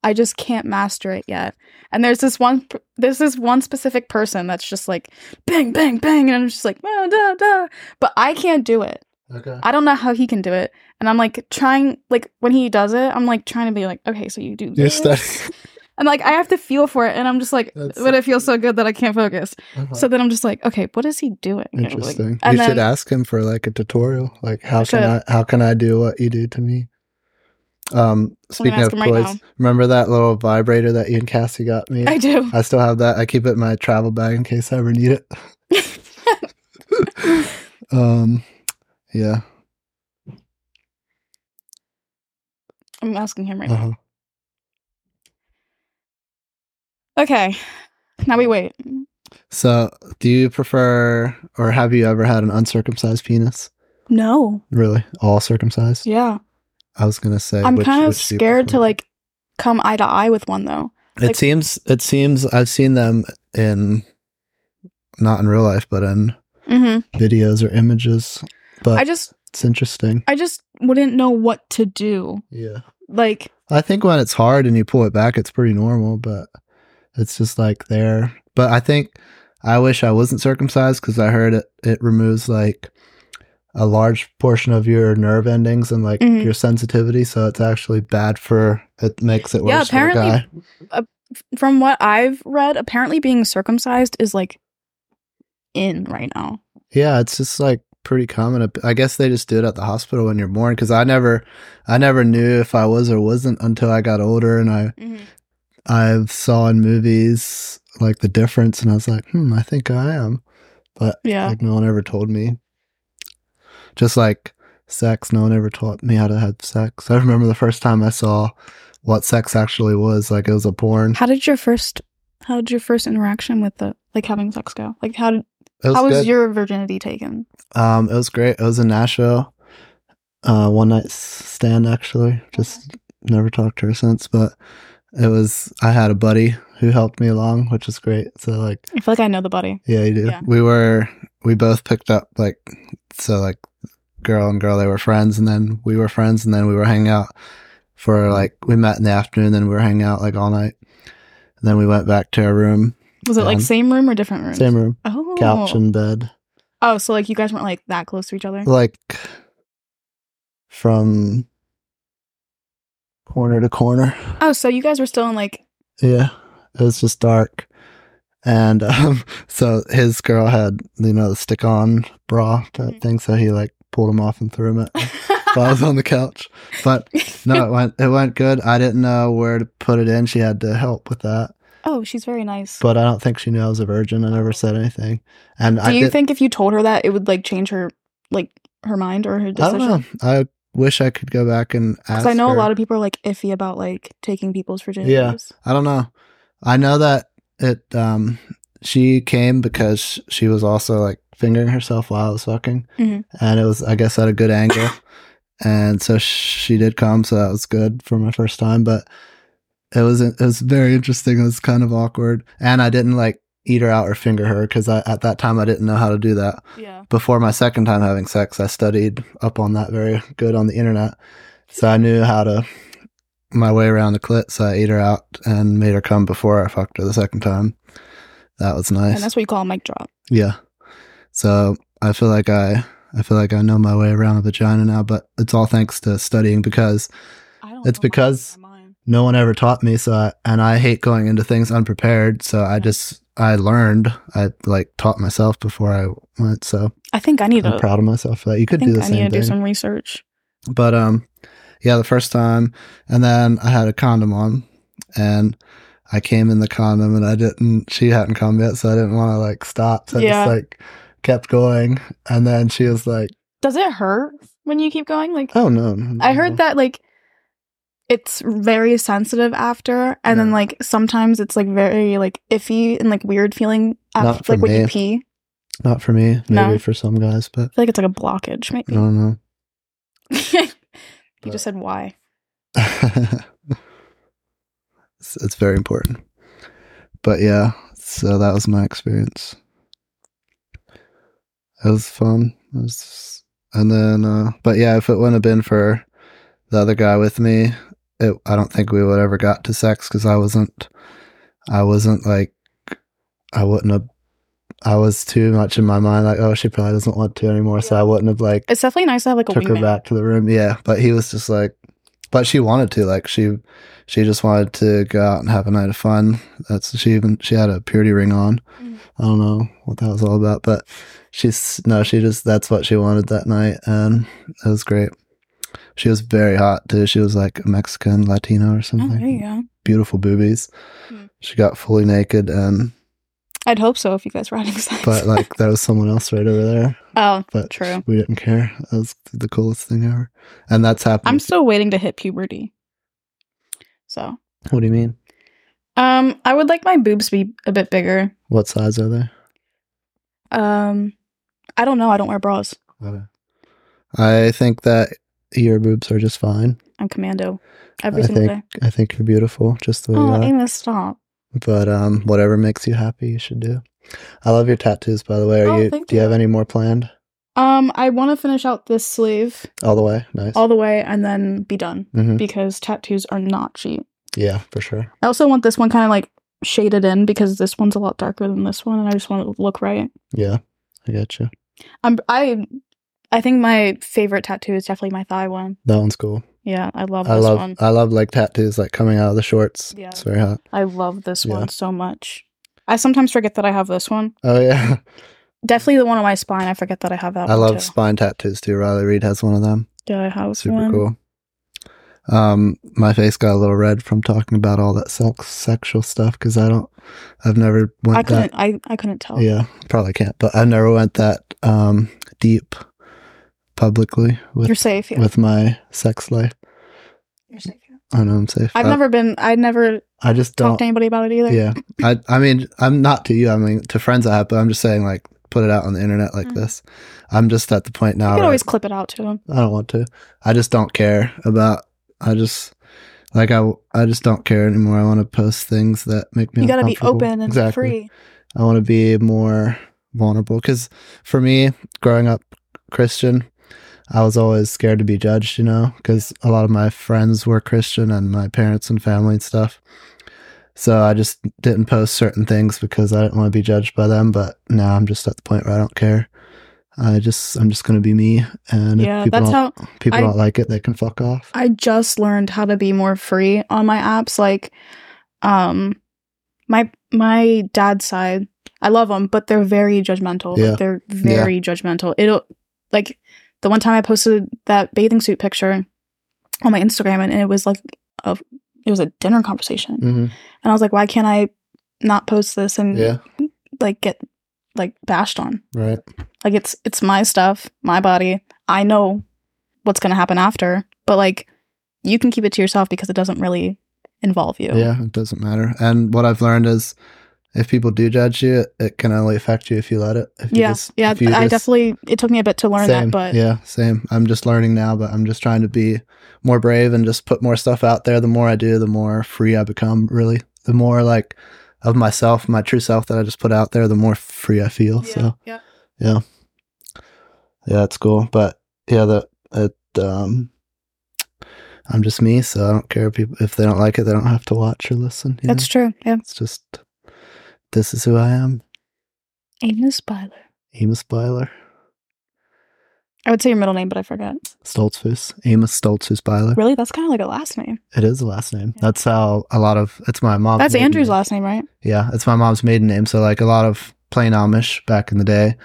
S1: I just can't master it yet. And there's this one, there's this one specific person that's just like bang, bang, bang, and I'm just like "Ah, da, da. But I can't do it.
S2: okay
S1: I don't know how he can do it. And I'm like trying, like when he does it, I'm like trying to be like, okay, so you do
S2: you're
S1: this.
S2: studying
S1: And like I have to feel for it, and I'm just like,
S2: That's-
S1: but it feels so good that I can't focus.
S2: Uh-huh.
S1: So then I'm just like, okay, what is he doing? And, like,
S2: interesting
S1: and
S2: you should
S1: then-
S2: ask him for like a tutorial like how can
S1: should.
S2: i how can i do what you do to me um speaking
S1: ask
S2: of
S1: him right
S2: toys
S1: now.
S2: remember that little vibrator that you and cassie got me
S1: I do.
S2: I still have that. I keep it in my travel bag in case I ever need it. um, yeah.
S1: I'm asking him right now.
S2: Uh-huh.
S1: Okay, now we wait.
S2: So, do you prefer, or have you ever had an uncircumcised penis?
S1: No.
S2: Really, all circumcised?
S1: Yeah.
S2: I was gonna say.
S1: I'm
S2: which-
S1: kind of
S2: which do you
S1: scared to
S2: prefer?
S1: like come eye to eye with one though.
S2: It seems. It seems. I've seen them in, not in real life, but in
S1: Mm-hmm.
S2: videos or images. But
S1: I just
S2: it's interesting.
S1: I just wouldn't know what to do.
S2: Yeah.
S1: Like
S2: I think when it's hard and you pull it back, it's pretty normal, but it's just like there. But I think I wish I wasn't circumcised because I heard it, it removes like a large portion of your nerve endings and like
S1: Mhm.
S2: your sensitivity. So it's actually bad for it, makes it worse
S1: Yeah,
S2: for the guy.
S1: apparently- from what I've read, apparently being circumcised is like in right now.
S2: Yeah, it's just like pretty common. I guess they just do it at the hospital when you're born because I never, I never knew if I was or wasn't until I got older and I I've saw in movies like the difference, and I was like, hmm, I think I am, but
S1: Yeah.
S2: like no one ever told me. Just like sex, no one ever taught me how to have sex. I remember the first time I saw what sex actually was. Like it was a porn.
S1: How did your first how did your first interaction with the like having sex go? Like how did
S2: It was
S1: how was
S2: good.
S1: your virginity taken?
S2: Um, it was great. It was in Nashville. Uh, one night s- stand actually. Just never talked to her since, but it was. I had a buddy who helped me along, which was great. So like
S1: I feel like I know the buddy.
S2: Yeah, you do.
S1: Yeah.
S2: We were we both picked up like so like girl and girl they were friends and then we were friends and then we were hanging out for like we met in the afternoon then we were hanging out like all night. And then we went back to our room,
S1: Was it like
S2: Um,
S1: same room or different room?
S2: same room,
S1: Oh.
S2: couch and bed.
S1: Oh, so like you guys weren't like that close to each other?
S2: Like from corner to corner.
S1: Oh, so you guys were still in like
S2: Yeah, it was just dark. And um, so his girl had, you know, the stick on bra type
S1: Mhm.
S2: thing. So he like pulled him off and threw him at me while I was on the couch. But no, it went, it went good. I didn't know where to put it in. She had to help with that.
S1: Oh, she's very nice.
S2: But I don't think she knew I was a virgin. I never said anything. And
S1: Do
S2: I
S1: you
S2: did-
S1: think if you told her that it would like change her like her mind or her
S2: I don't
S1: decision?
S2: know. I wish I could go back and ask.
S1: Because I know
S2: her.
S1: a lot of people are like iffy about like taking people's virginities.
S2: I don't know. I know that it. Um, she came because she was also like fingering herself while I was fucking,
S1: Mhm.
S2: and it was I guess at a good angle, and so she did come, so that was good for my first time. But it was it was very interesting. It was kind of awkward, and I didn't like eat her out or finger her because at that time I didn't know how to do that.
S1: Yeah.
S2: Before my second time having sex, I studied up on that very good on the internet, so I knew how to my way around the clit. So I ate her out and made her come before I fucked her the second time. That was
S1: And
S2: nice.
S1: that's what you call a mic drop.
S2: Yeah. So I feel like I I feel like I know my way around a vagina now, but it's all thanks to studying because
S1: I don't
S2: It's know mine because- or no one ever taught me so I, and I hate going into things unprepared, so I
S1: Yeah.
S2: just I learned. I like taught myself before I went, so
S1: I think I need
S2: I'm
S1: to
S2: proud of myself for that. You
S1: I
S2: could do
S1: think
S2: the
S1: I
S2: same
S1: need to
S2: thing.
S1: do some research.
S2: But um yeah, the first time and then I had a condom on and I came in the condom and I didn't she hadn't come yet, so I didn't want to like stop. So
S1: Yeah.
S2: I just like kept going and then she was like,
S1: Does it hurt when you keep going? Like
S2: Oh no. no, no,
S1: I
S2: no."
S1: heard that like it's very sensitive after and then
S2: Yeah.
S1: like sometimes it's like very like iffy and like weird feeling
S2: Not
S1: after
S2: for
S1: like when you
S2: me.
S1: pee. I
S2: Not for me, maybe
S1: No.
S2: for some guys, but
S1: feel like it's like a blockage maybe.
S2: I don't know.
S1: you
S2: But-
S1: just said why.
S2: it's, it's very important. But yeah, so that was my experience. It was fun. It was, and then, uh, but yeah, if it wouldn't have been for the other guy with me, it, I don't think we would ever got to sex because I wasn't, I wasn't like, I wouldn't have. I was too much in my mind, like, oh, she probably doesn't want to anymore, so I wouldn't have like
S1: It's definitely nice to have like a
S2: took her
S1: wingman.
S2: back to the room. Yeah, but he was just like, but she wanted to. Like she, she just wanted to go out and have a night of fun. That's she even she had a purity ring on.
S1: Mm.
S2: I don't know what that was all about, but she's no, she just that's what she wanted that night, and it was great. She was very hot too. She was like Mexican Latina or
S1: Oh, there
S2: something.
S1: you go.
S2: Beautiful boobies.
S1: Mm.
S2: She got fully naked, and
S1: I'd hope so if you guys were having sex.
S2: but like there was someone else right over there.
S1: oh,
S2: But
S1: True.
S2: we didn't care. That was the coolest thing ever, and that's happened.
S1: I'm still waiting to hit puberty. So,
S2: what do you mean?
S1: um, I would like my boobs to be a bit bigger.
S2: What size are they?
S1: Um, I don't know. I don't wear bras.
S2: I think that your boobs are just fine.
S1: I'm commando every
S2: I
S1: single
S2: think
S1: day.
S2: I think you're beautiful just the way
S1: Oh,
S2: you are.
S1: Amos, stop.
S2: But um, whatever makes you happy, you should do. I love your tattoos, by the way. Are
S1: Oh,
S2: you?
S1: thank
S2: Do you
S1: you.
S2: have any more planned?
S1: Um, I want to finish out this sleeve
S2: All the way. Nice.
S1: all the way and then be done
S2: Mhm.
S1: because tattoos are not cheap.
S2: yeah, for sure.
S1: I also want this one kind of like shaded in because this one's a lot darker than this one, and I just want it to look right.
S2: Yeah, I got you.
S1: I'm I, I think my favorite tattoo is definitely my thigh one.
S2: That one's cool.
S1: Yeah, I love
S2: I
S1: this
S2: love. uh,
S1: one.
S2: I love like tattoos like coming out of the shorts.
S1: Yeah.
S2: it's very hot.
S1: I love this
S2: Yeah.
S1: one so much. I sometimes forget that I have this one.
S2: Oh yeah,
S1: Definitely the one on my spine. I forget that I have that
S2: I
S1: one.
S2: love
S1: too.
S2: spine tattoos too. Riley Reed has one of them.
S1: Yeah, I have
S2: Super
S1: one.
S2: cool. Um, my face got a little red from talking about all that sex, sexual stuff because I don't, I've never went
S1: I
S2: that.
S1: couldn't. I, I couldn't tell.
S2: Yeah, probably can't, but I never went that um deep publicly
S1: You're
S2: with
S1: safe. Yeah.
S2: with my sex life.
S1: You're safe. Yeah.
S2: I know I'm safe.
S1: I've
S2: I,
S1: never been. I never
S2: I just
S1: talked
S2: Uh, don't.
S1: to anybody about it either.
S2: Yeah, I I mean I'm not to you. I mean to friends I have, but I'm just saying like put it out on the internet like
S1: Mhm.
S2: this. I'm just at the point
S1: You
S2: now.
S1: could
S2: where I-
S1: always clip it out to them.
S2: I don't want to. I just don't care about. I just like I. I just don't care anymore. I want to post things that make me.
S1: You gotta be
S2: uncomfortable.
S1: open and free.
S2: I want to be more vulnerable because for me, growing up Christian, I was always scared to be judged. You know, because a lot of my friends were Christian and my parents and family and stuff. So I just didn't post certain things because I didn't want to be judged by them. But now I'm just at the point where I don't care. I just I'm just gonna be me, and
S1: Yeah,
S2: if people
S1: that's
S2: don't
S1: how
S2: people
S1: I-
S2: don't like it, they can fuck off.
S1: I just learned how to be more free on my apps. Like, um, my my dad's side, I love them, but they're very judgmental.
S2: Yeah.
S1: Like, they're very judgmental. It'll like the one time I posted that bathing suit picture on my Instagram, and it was like a it was a dinner conversation,
S2: hmm
S1: and I was like, why can't I not post this and
S2: Yeah,
S1: like get like bashed on?
S2: right.
S1: Like it's it's my stuff, my body. I know what's gonna happen after, but like you can keep it to yourself because it doesn't really involve you.
S2: Yeah, it doesn't matter. And what I've learned is, if people do judge you, it, it can only affect you if you let it. If you
S1: Yeah.
S2: just-
S1: yeah,
S2: if you
S1: I
S2: just-
S1: definitely it took me a bit to learn
S2: same.
S1: that, but
S2: yeah, same. I'm just learning now, but I'm just trying to be more brave and just put more stuff out there. The more I do, the more free I become. Really, the more like of myself, my true self that I just put out there, the more free I feel. So
S1: yeah.
S2: yeah, yeah, it's cool. But yeah, the it um, I'm just me, so I don't care if people if they don't like it, they don't have to watch or listen. you know?
S1: That's true. Yeah.
S2: it's just this is who I am.
S1: Amos Byler.
S2: Amos Byler,
S1: I would say your middle name, but I forgot.
S2: Stoltzfus, Amos Stoltzfus Byler.
S1: Really? That's kind of like a last name.
S2: It is the last name.
S1: Yeah.
S2: That's how a lot of it's my mom.
S1: That's Andrew's last name, right?
S2: Yeah, it's my mom's maiden name. So like a lot of plain Amish back in the day,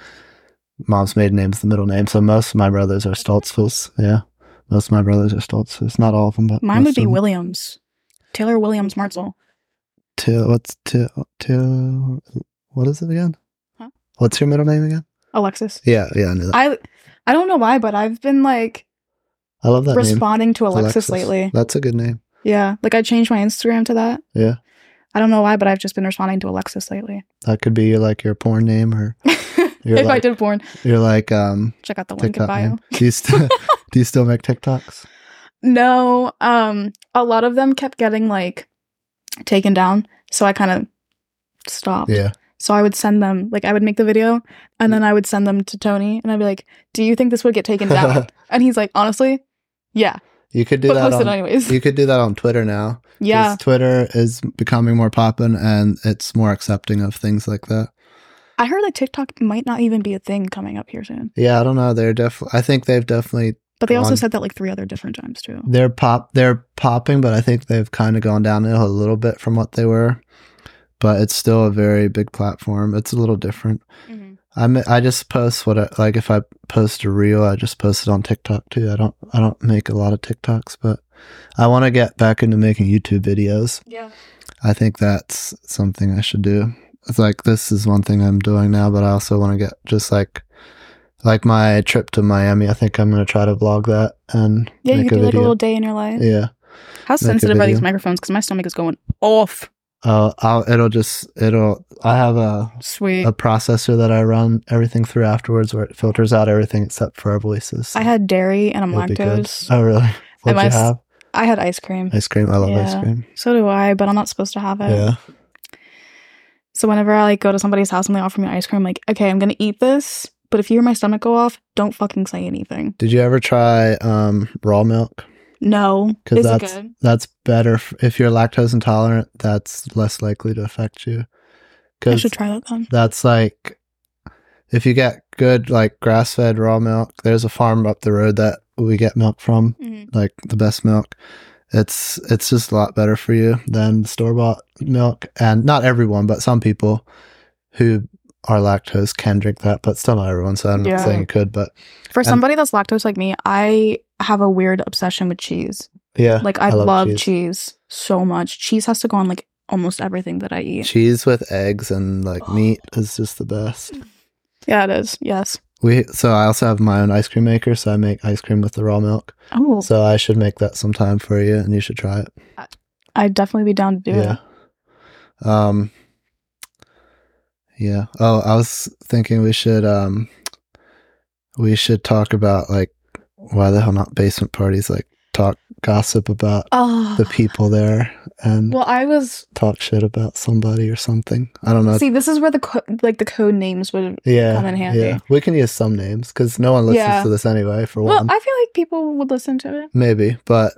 S2: mom's maiden name's the middle name. So most of my brothers are Stoltzfus. Yeah, most of my brothers are Stoltzfus. Not all of them, but
S1: Mine would
S2: most
S1: be
S2: of them.
S1: Williams. Taylor Williams Martzel.
S2: Til, what's Til, Til, What is it again?
S1: Huh?
S2: What's your middle name again?
S1: Alexis.
S2: Yeah, yeah, I knew that.
S1: I I don't know why, but I've been like
S2: I, love that name.
S1: responding to Alexis,
S2: Alexis.
S1: lately.
S2: That's a good name.
S1: Yeah. Like I changed my Instagram to that.
S2: Yeah.
S1: I don't know why, but I've just been responding to Alexis lately.
S2: That could be like your porn name, or You're
S1: if I
S2: like-
S1: did porn,
S2: you're like um
S1: check out the link in
S2: TikTok
S1: bio.
S2: name. Do you still do you still make TikToks?
S1: No, um, a lot of them kept getting like taken down, so I kind of stopped.
S2: Yeah.
S1: So I would send them, like, I would make the video and then I would send them to Tony and I'd be like, Do you think this would get taken down? and he's like, Honestly, yeah,
S2: You could do
S1: but
S2: that
S1: post it
S2: on
S1: anyways.
S2: you could do that on Twitter now. 'cause
S1: yeah,
S2: Twitter is becoming more poppin' and it's more accepting of things like that.
S1: I heard that TikTok might not even be a thing coming up here soon,
S2: Yeah, I don't know. They're definitely. I think they've definitely
S1: but they also
S2: On-
S1: said that like three other different times too.
S2: they're pop they're popping, but I think they've kind of gone downhill a little bit from what they were. But it's still a very big platform. It's a little different. I am I just post what I, like if I post a reel, I just post it on TikTok too. I don't I don't make a lot of TikToks, but I want to get back into making YouTube videos.
S1: Yeah,
S2: I think that's something I should do. It's like this is one thing I'm doing now, but I also want to get just like like my trip to Miami. I think I'm gonna try to vlog that and
S1: yeah, you
S2: make
S1: could
S2: a
S1: do like a
S2: video.
S1: little day in your life.
S2: yeah.
S1: How
S2: a
S1: sensitive are these
S2: video.
S1: microphones? Because my stomach is going off.
S2: Uh, I'll, it'll just it'll. I have a
S1: Sweet.
S2: a processor that I run everything through afterwards, where it filters out everything except for our voices. so
S1: I had dairy and I'm
S2: it'll be good.
S1: lactose.
S2: Oh really? What'd
S1: I
S2: you
S1: s-
S2: have?
S1: I had ice cream.
S2: Ice cream. I love
S1: Yeah.
S2: ice cream.
S1: So do I, but I'm not supposed to have it.
S2: Yeah.
S1: So whenever I like go to somebody's house and they offer me ice cream, I'm like, okay, I'm gonna eat this, but if you hear my stomach go off, don't fucking say anything.
S2: Did you ever try um, raw milk?
S1: No,
S2: 'Cause
S1: is it
S2: that's-
S1: good?
S2: That's better f- if you're lactose intolerant. That's less likely to affect you.
S1: I
S2: Because
S1: should try that then.
S2: that's like if you get good like grass fed raw milk. There's a farm up the road that we get milk from,
S1: Mhm.
S2: like the best milk. It's it's just a lot better for you than store bought milk, and not everyone, but some people who are lactose can drink that, but still not everyone. So I'm
S1: Yeah.
S2: not saying you could, but
S1: For somebody that's lactose like me, I have a weird obsession with cheese.
S2: yeah,
S1: Like I,
S2: Uh, I
S1: love,
S2: love
S1: cheese.
S2: cheese.
S1: so much. Cheese has to go on like almost everything that I eat.
S2: cheese with eggs and like meat is just the best.
S1: Yeah, it is. Yes.
S2: We so I also have my own ice cream maker, so I make ice cream with the raw milk.
S1: Oh,
S2: So I should make that sometime for you, and you should try it.
S1: I'd definitely be down to do
S2: yeah.
S1: it.
S2: Um. Yeah. Oh, I was thinking we should um. We should talk about like why the hell not basement parties? Like talk gossip about
S1: Oh,
S2: the people there and
S1: well, I was.
S2: talk shit about somebody or something. I don't know.
S1: See, this is where the co- like the code names would
S2: yeah,
S1: come in handy.
S2: yeah. We can use some names because no one listens
S1: Yeah.
S2: to this anyway. For
S1: Well,
S2: one,
S1: I feel like people would listen to it.
S2: Maybe, but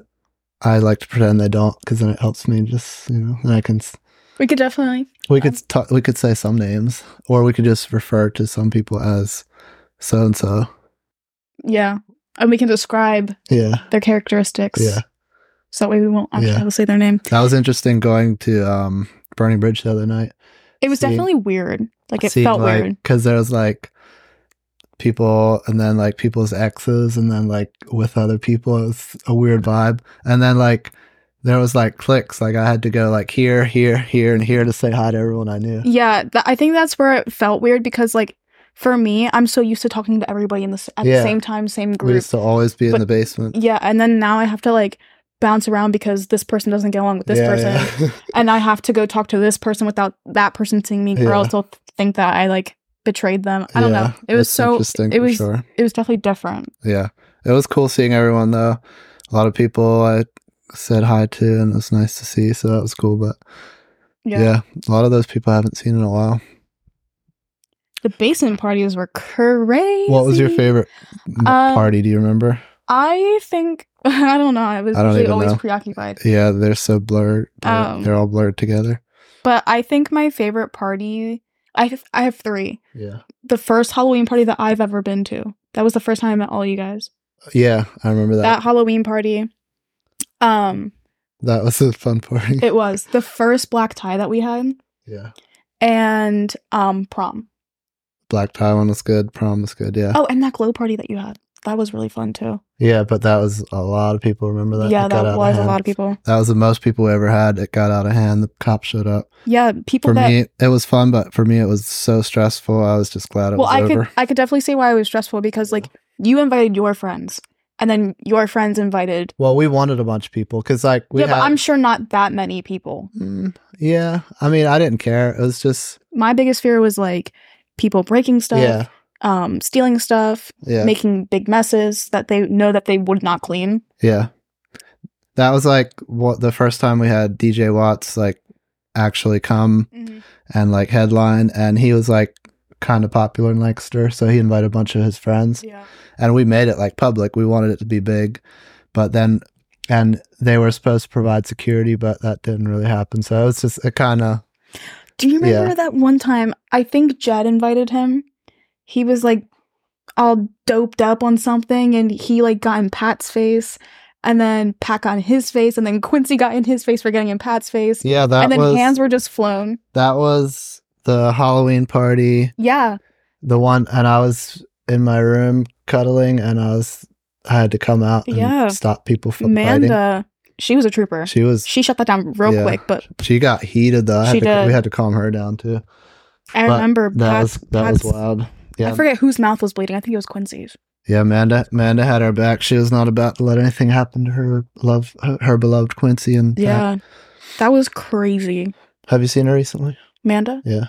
S2: I like to pretend they don't because then it helps me. Just you know, and I can. s-
S1: We could definitely.
S2: We could talk. We could say some names, or we could just refer to some people as so and so.
S1: Yeah. And we can describe
S2: Yeah,
S1: their characteristics.
S2: yeah.
S1: So that way we won't actually
S2: Yeah.
S1: have to say their name.
S2: That was interesting going to um, Burning Bridge the other night.
S1: It was
S2: Seeing-
S1: definitely weird. Like it felt weird.
S2: because there was like people, and then like people's exes, and then like with other people. It was a weird vibe, and then like there was like clicks. Like I had to go like here, here, here, and here to say hi to everyone I knew.
S1: Yeah. Th- I think that's where it felt weird because, like, for me, I'm so used to talking to everybody in the s- at the
S2: Yeah.
S1: same time, same
S2: We
S1: group.
S2: used to always be
S1: But-
S2: in the basement.
S1: yeah. And then now I have to, like, bounce around because this person doesn't get along with this person.
S2: yeah.
S1: And I have to go talk to this person without that person seeing me, or
S2: Yeah.
S1: else they'll think that I, like, betrayed them. I don't
S2: Yeah,
S1: know. It was
S2: it's
S1: so.
S2: interesting.
S1: It
S2: for
S1: was.
S2: sure.
S1: It was definitely different.
S2: Yeah, it was cool seeing everyone though. A lot of people I said hi to, and it was nice to see. So that was cool. But Yeah. a lot of those people I haven't seen in a while.
S1: The basement parties were crazy.
S2: What was your favorite m-
S1: Uh,
S2: party? Do you remember?
S1: I think I don't know. I was
S2: I don't
S1: usually
S2: even
S1: always
S2: know.
S1: preoccupied.
S2: Yeah, they're so blurred. They're,
S1: Um,
S2: they're all blurred together.
S1: But I think my favorite party I have, I have 3.
S2: Yeah,
S1: The first Halloween party that I've ever been to. That was the first time I met all you guys.
S2: yeah, I remember
S1: That
S2: that.
S1: Halloween party um
S2: That, was a fun party.
S1: it was the first black tie that we had
S2: yeah,
S1: and um prom.
S2: black tie one was good. Prom was good. Yeah,
S1: Oh, and that glow party that you had. That was really fun too.
S2: yeah, but that was a lot of people. Remember that?
S1: yeah,
S2: It got out
S1: that was a
S2: hand.
S1: lot of people.
S2: That was the most people we ever had. It got out of hand. The cops showed up.
S1: Yeah, people
S2: For
S1: that
S2: me, it was fun, but for me, it was so stressful. I was just glad it
S1: well
S2: was
S1: i
S2: over.
S1: could i could definitely see why it was stressful because like you invited your friends and then your friends invited
S2: Well, we wanted a bunch of people because, like, we
S1: yeah
S2: had.
S1: but i'm sure not that many people
S2: Mm, yeah, I mean, I didn't care. It was just
S1: my biggest fear was like people breaking stuff
S2: yeah,
S1: um stealing stuff
S2: yeah,
S1: making big messes that they know that they would not clean
S2: yeah. That was like what the first time we had DJ Watts like actually come and like headline, and he was like kind of popular in Lancaster, so he invited a bunch of his friends.
S1: yeah
S2: and we made it like public. We wanted it to be big, but then and they were supposed to provide security, but that didn't really happen. So it was just it kind of
S1: do you remember
S2: Yeah.
S1: that one time i think jed invited him he was like all doped up on something and he like got in pat's face and then pat got in his face and then quincy got in his face for getting in pat's face
S2: yeah that
S1: and then
S2: was
S1: hands were just flown.
S2: that was the Halloween party,
S1: Yeah.
S2: the one, and I was in my room cuddling, and I was I had to come out and
S1: Yeah.
S2: stop people from fighting.
S1: Amanda, she was a trooper. She,
S2: She was
S1: shut that down real
S2: Yeah.
S1: quick, but
S2: she got heated though. I had
S1: She
S2: to,
S1: did.
S2: We had to calm her down too.
S1: I
S2: But
S1: remember
S2: That
S1: Pat's,
S2: was that
S1: Pat's-
S2: was loud. Yeah,
S1: I forget whose mouth was bleeding. I think it was Quincy's.
S2: Yeah, Amanda. Amanda had her back. She was not about to let anything happen to her love, her, her beloved Quincy. And Pat.
S1: Yeah. That was crazy.
S2: have you seen her recently?
S1: Amanda?
S2: Yeah,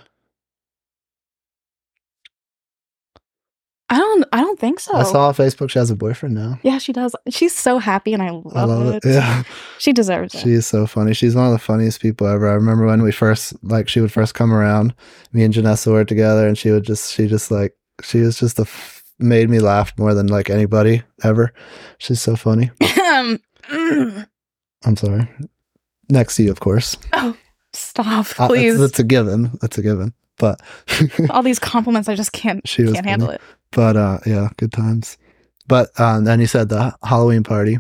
S1: I don't I don't think so.
S2: I saw on Facebook she has a boyfriend now.
S1: yeah, she does. She's so happy and I love,
S2: I love it.
S1: it.
S2: Yeah,
S1: She deserves it.
S2: she is so funny. She's one of the funniest people ever. I remember when we first, like, she would first come around. Me and Janessa were together, and she would just, she just like, she was just the f- made me laugh more than like anybody ever. She's so funny.
S1: Um, mm.
S2: I'm sorry. Next to you, of course.
S1: Stop,
S2: Uh, it's-
S1: please.
S2: That's a given. That's a given. But
S1: All these compliments I just can't
S2: she was
S1: can't
S2: funny.
S1: handle it.
S2: But uh, yeah, good times. But um, then you said the Halloween party,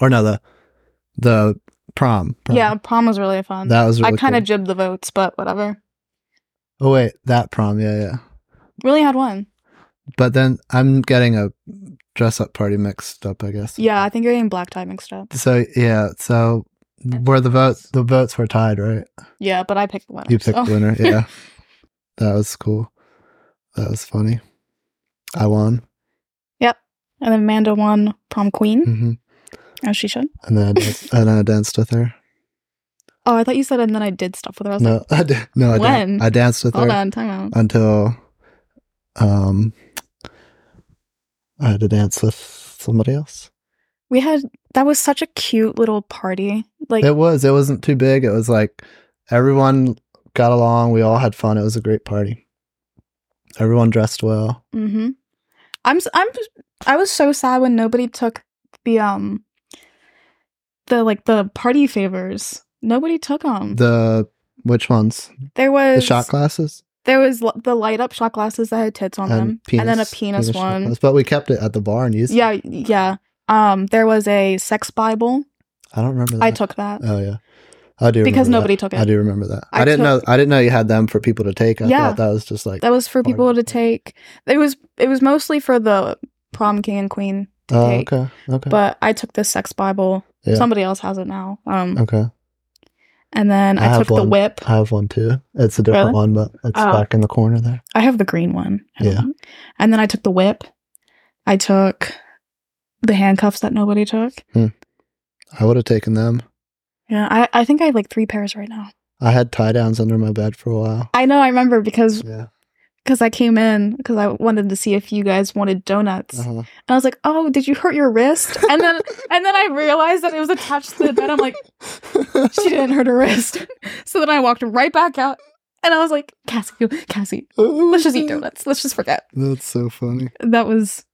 S2: or no, the the prom. prom.
S1: Yeah, prom was really fun.
S2: that was. Really
S1: I kind of
S2: cool.
S1: jibbed the votes, but whatever.
S2: Oh wait, that prom. Yeah, yeah.
S1: Really had one.
S2: But then I'm getting a dress up party mixed up. I guess.
S1: Yeah, I think you're getting black tie mixed up.
S2: So yeah, so where the votes the votes were tied, right?
S1: Yeah, but I picked the Oh, winner.
S2: You picked
S1: Oh, so-
S2: the winner. Yeah, that was cool. That was funny. I won,
S1: And then Amanda won prom queen,
S2: hmm
S1: as she should.
S2: and then I danced, and I danced with her.
S1: Oh, I thought you said, and then I did stuff with her. I was
S2: No, Uh,
S1: like,
S2: I did, no, I, dan-
S1: When?
S2: I danced with
S1: hold
S2: her.
S1: on, time out.
S2: until um I had to dance with somebody else.
S1: We had, that was such a cute little party. Like,
S2: It was. It wasn't too big. It was like everyone got along. We all had fun. It was a great party. Everyone dressed well.
S1: mm-hmm. I'm, s- I'm, just- I was so sad when nobody took the, um, the, like, the party favors. Nobody took them.
S2: The which ones?
S1: there was,
S2: The shot glasses
S1: there was l- the light up shot glasses that had tits on them. and then a penis,
S2: shot
S1: one.
S2: glasses. But we kept it at the bar and used. It.
S1: Yeah, yeah. Um, there was a sex Bible.
S2: I don't remember. That.
S1: I took that.
S2: Oh yeah, I do.
S1: Because
S2: remember that.
S1: nobody took it.
S2: I do remember that. I,
S1: I
S2: didn't
S1: took-
S2: know. I didn't know you had them for people to take. I
S1: Yeah.
S2: thought that was just like.
S1: That was for
S2: Part
S1: people
S2: of
S1: to
S2: it.
S1: take. It was it was mostly for the prom king and queen to
S2: oh,
S1: take.
S2: okay. Okay.
S1: But I took the sex Bible.
S2: Yeah.
S1: Somebody else has it now. Um,
S2: okay.
S1: and then
S2: I
S1: I,
S2: have
S1: took the
S2: one.
S1: whip.
S2: I have one too. It's a different
S1: Really?
S2: one, but it's
S1: Oh.
S2: back in the corner there.
S1: I have the green one.
S2: Yeah.
S1: And then I took the whip. I took the handcuffs that nobody took.
S2: I would have taken them.
S1: Yeah, I, I think I have like three pairs right now.
S2: I had tie downs under my bed for a while.
S1: I know I remember because
S2: Yeah.
S1: because I came in because I wanted to see if you guys wanted donuts, and
S2: Uh-huh.
S1: I was like, "Oh, did you hurt your wrist?" And then and then I realized that it was attached to the bed. I'm like, she didn't hurt her wrist. so then I walked right back out, and I was like, "Cassie, Cassie, let's just
S2: Mm.
S1: eat donuts. Let's just forget."
S2: That's so funny.
S1: That was.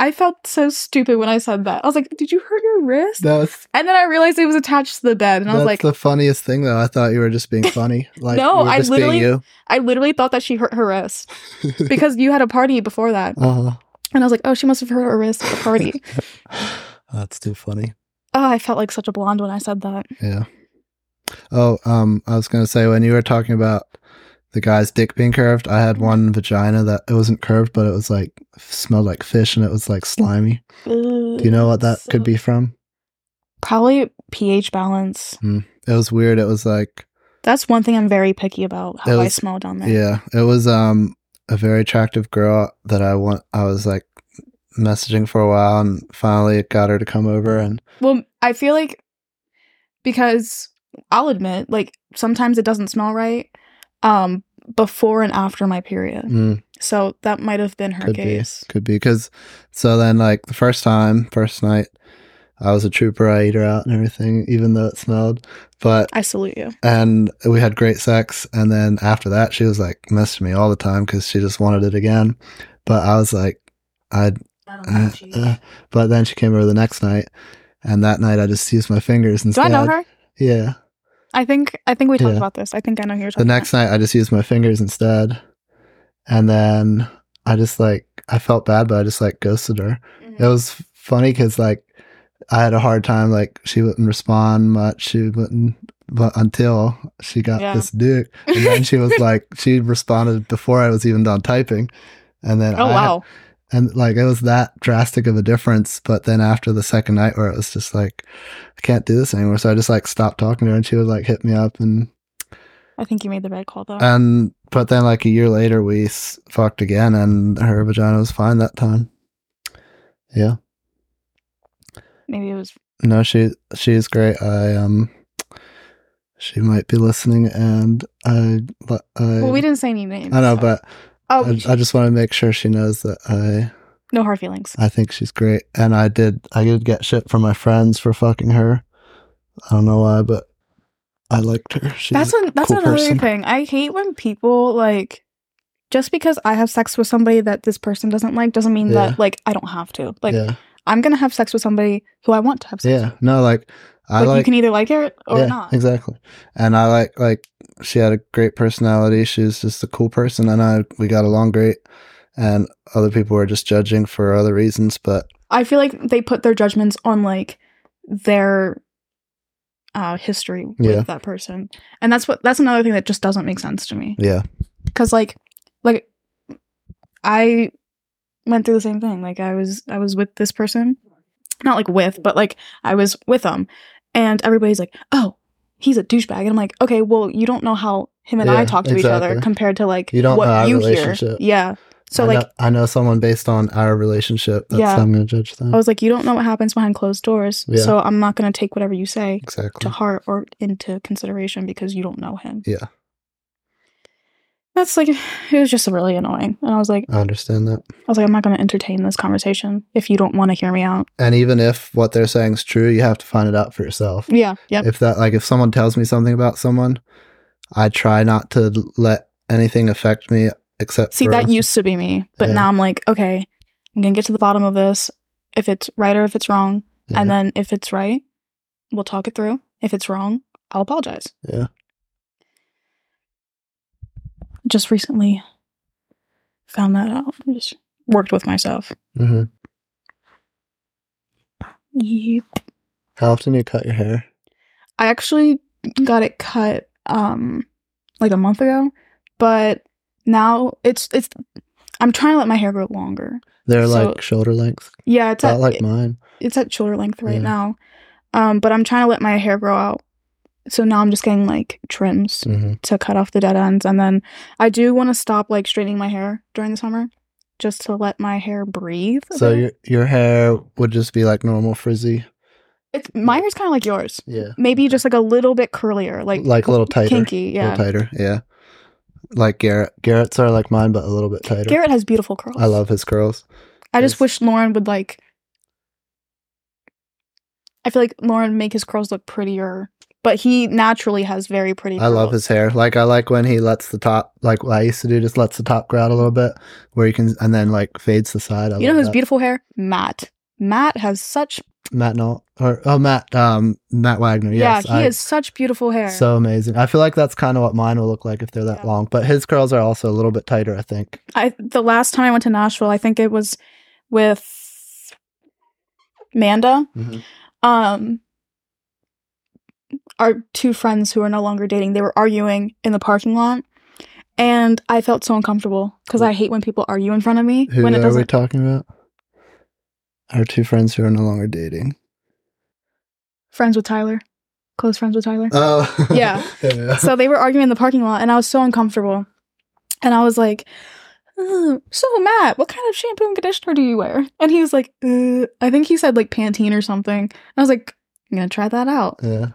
S1: I felt so stupid when I said that. I was like, "Did you hurt your wrist?"
S2: That's
S1: And then I realized it was attached to the bed, and I
S2: that's
S1: was like,
S2: the funniest thing though. I thought you were just being funny. Like
S1: No,
S2: you were
S1: I
S2: just
S1: literally-
S2: being
S1: I literally thought that she hurt her wrist
S2: you.
S1: because you had a party before that.
S2: uh
S1: And I was like, oh, she must have hurt her wrist at the party.
S2: huh. That's too funny.
S1: oh, I felt like such a blonde when I said that.
S2: Yeah. Oh, um, I was gonna say when you were talking about the guy's dick being curved, I had one vagina that it wasn't curved, but it was like smelled like fish and it was like slimy. Do you know what that could be from?
S1: Probably pH balance.
S2: It was weird. It was like
S1: That's one thing I'm very picky about how
S2: It
S1: I
S2: was-
S1: smell down there.
S2: yeah, it was um a very attractive girl that I want. I was like messaging for a while and finally got her to come over and
S1: Well, I feel like because I'll admit, like sometimes it doesn't smell right um before and after my period.
S2: mm,
S1: So that might have been her
S2: could
S1: case.
S2: be could be because so then like the first time first night i was a trooper i ate her out and everything even though it smelled but
S1: I salute you.
S2: and we had great sex and then after that she was like messaging me all the time because she just wanted it again but i was like i
S1: Oh,
S2: uh, uh, but then she came over the next night and that night i just used my fingers
S1: Do
S2: instead
S1: I know her?
S2: yeah
S1: I think I think we talked
S2: Yeah.
S1: about this. I think I know who you're
S2: the
S1: talking
S2: next night i just used my fingers instead and then i just like i felt bad but i just like ghosted her
S1: about.
S2: It was funny because like I had a hard time. Like she wouldn't respond much. She wouldn't, but until she got
S1: Yeah.
S2: this dick,
S1: Mm-hmm.
S2: and then she was like, she responded before I was even done typing, and then
S1: Oh
S2: I,
S1: wow.
S2: and like it was that drastic of a difference. But then after the second night, where it was just like, I can't do this anymore, so I just like stopped talking to her, and she would like hit me up, and
S1: I think you made the right call though.
S2: and but then like a year later, we s- fucked again, and her vagina was fine that time. Yeah.
S1: Maybe it was
S2: No, she she is great. I um, she might be listening, and I but I
S1: Well, we didn't say any names.
S2: I know,
S1: so-
S2: but
S1: oh,
S2: I, I just want to make sure she knows that I
S1: no hard feelings.
S2: I think she's great, and I did I did get shit from my friends for fucking her. I don't know why, but I liked her. She's
S1: That's one. That's
S2: cool
S1: another
S2: person.
S1: thing. I hate when people like just because I have sex with somebody that this person doesn't like doesn't mean
S2: Yeah.
S1: that like I don't have to. Like
S2: yeah,
S1: I'm gonna have sex with somebody who I want to have sex.
S2: yeah. No, like I
S1: With. Like,
S2: like
S1: you can either like it or
S2: yeah,
S1: not.
S2: Exactly. And I like like she had a great personality. She was just a cool person and I we got along great. And other people were just judging for other reasons, but
S1: I feel like they put their judgments on like their uh history
S2: Yeah.
S1: with that person, and that's what that's another thing that just doesn't make sense to me.
S2: yeah.
S1: because like like i went through the same thing like i was i was with this person not like with but like i was with them and everybody's like oh he's a douchebag and i'm like okay well you don't know how him and i
S2: Yeah,
S1: talk to each other
S2: exactly.
S1: compared to like
S2: You don't
S1: what
S2: know our
S1: you hear
S2: relationship.
S1: yeah so
S2: I
S1: like
S2: know, I know someone based on our relationship. That's
S1: Yeah.
S2: how I'm gonna judge them.
S1: i was like you don't know what happens behind closed doors
S2: Yeah.
S1: so i'm not going to take whatever you say to
S2: exactly.
S1: heart or into consideration because you don't know him
S2: Yeah.
S1: that's like it was just really annoying and i was like
S2: I understand that.
S1: I was like, I'm not going to entertain this conversation if you don't want to hear me out.
S2: And even if what they're saying is true, you have to find it out for yourself.
S1: Yeah. Yep.
S2: If that like if someone tells me something about someone, I try not to let anything affect me except
S1: See,
S2: for
S1: that used to be me, but
S2: Yeah.
S1: now I'm like, okay, I'm going to get to the bottom of this. If it's right or if it's wrong.
S2: Yeah.
S1: And then if it's right, we'll talk it through. If it's wrong, I'll apologize.
S2: Yeah.
S1: Just recently found that out. Just worked with myself.
S2: hmm
S1: Yep.
S2: How often do you cut your hair?
S1: I actually got it cut um like a month ago, but now it's it's I'm trying to let my hair grow longer.
S2: They're
S1: So-
S2: like shoulder length,
S1: Yeah, it's at
S2: not like mine.
S1: it's at shoulder length right
S2: Yeah.
S1: now. Um but I'm trying to let my hair grow out. So now I'm just getting like trims
S2: Mm-hmm.
S1: to cut off the dead ends and then I do want to stop like straightening my hair during the summer just to let my hair breathe. a
S2: So
S1: bit.
S2: your your hair would just be like normal frizzy,
S1: it's my hair's kind of like yours.
S2: yeah,
S1: Maybe just like a little bit curlier, like
S2: like, a little tighter,
S1: kinky, yeah.
S2: a little tighter, yeah. like Garrett. Garrett's are like mine, but a little bit tighter.
S1: Garrett has beautiful curls.
S2: I love his curls.
S1: I just
S2: Yes.
S1: wish Lauren would like. I feel like Lauren make his curls look prettier, but he naturally has very pretty.
S2: I love
S1: curls.
S2: his hair. Like I like when he lets the top, like what I used to do, just lets the top grow out a little bit, where you can, and then like fades the side. I
S1: You know
S2: love
S1: who's
S2: that.
S1: beautiful hair? Matt. Matt has such
S2: Matt Noll or oh Matt, um Matt Wagner. Yes,
S1: yeah, he
S2: I-
S1: has such beautiful hair.
S2: so amazing. I feel like that's kind of what mine will look like if they're that
S1: Yeah.
S2: long. But his curls are also a little bit tighter. I think.
S1: I the last time I went to Nashville, I think it was with Manda.
S2: Mhm.
S1: Um our two friends who are no longer dating, they were arguing in the parking lot. And I felt so uncomfortable because I hate when people argue in front of me
S2: Who
S1: when it
S2: are we
S1: doesn't.
S2: talking about? Our two friends who are no longer dating.
S1: friends with Tyler, close friends with Tyler.
S2: Oh
S1: Yeah.
S2: yeah.
S1: so they were arguing in the parking lot, and I was so uncomfortable. And I was like, "Ugh, "So Matt, what kind of shampoo and conditioner do you wear?" And he was like, uh, "I think he said like Pantene or something." I was like, "I'm gonna try that out,"
S2: yeah.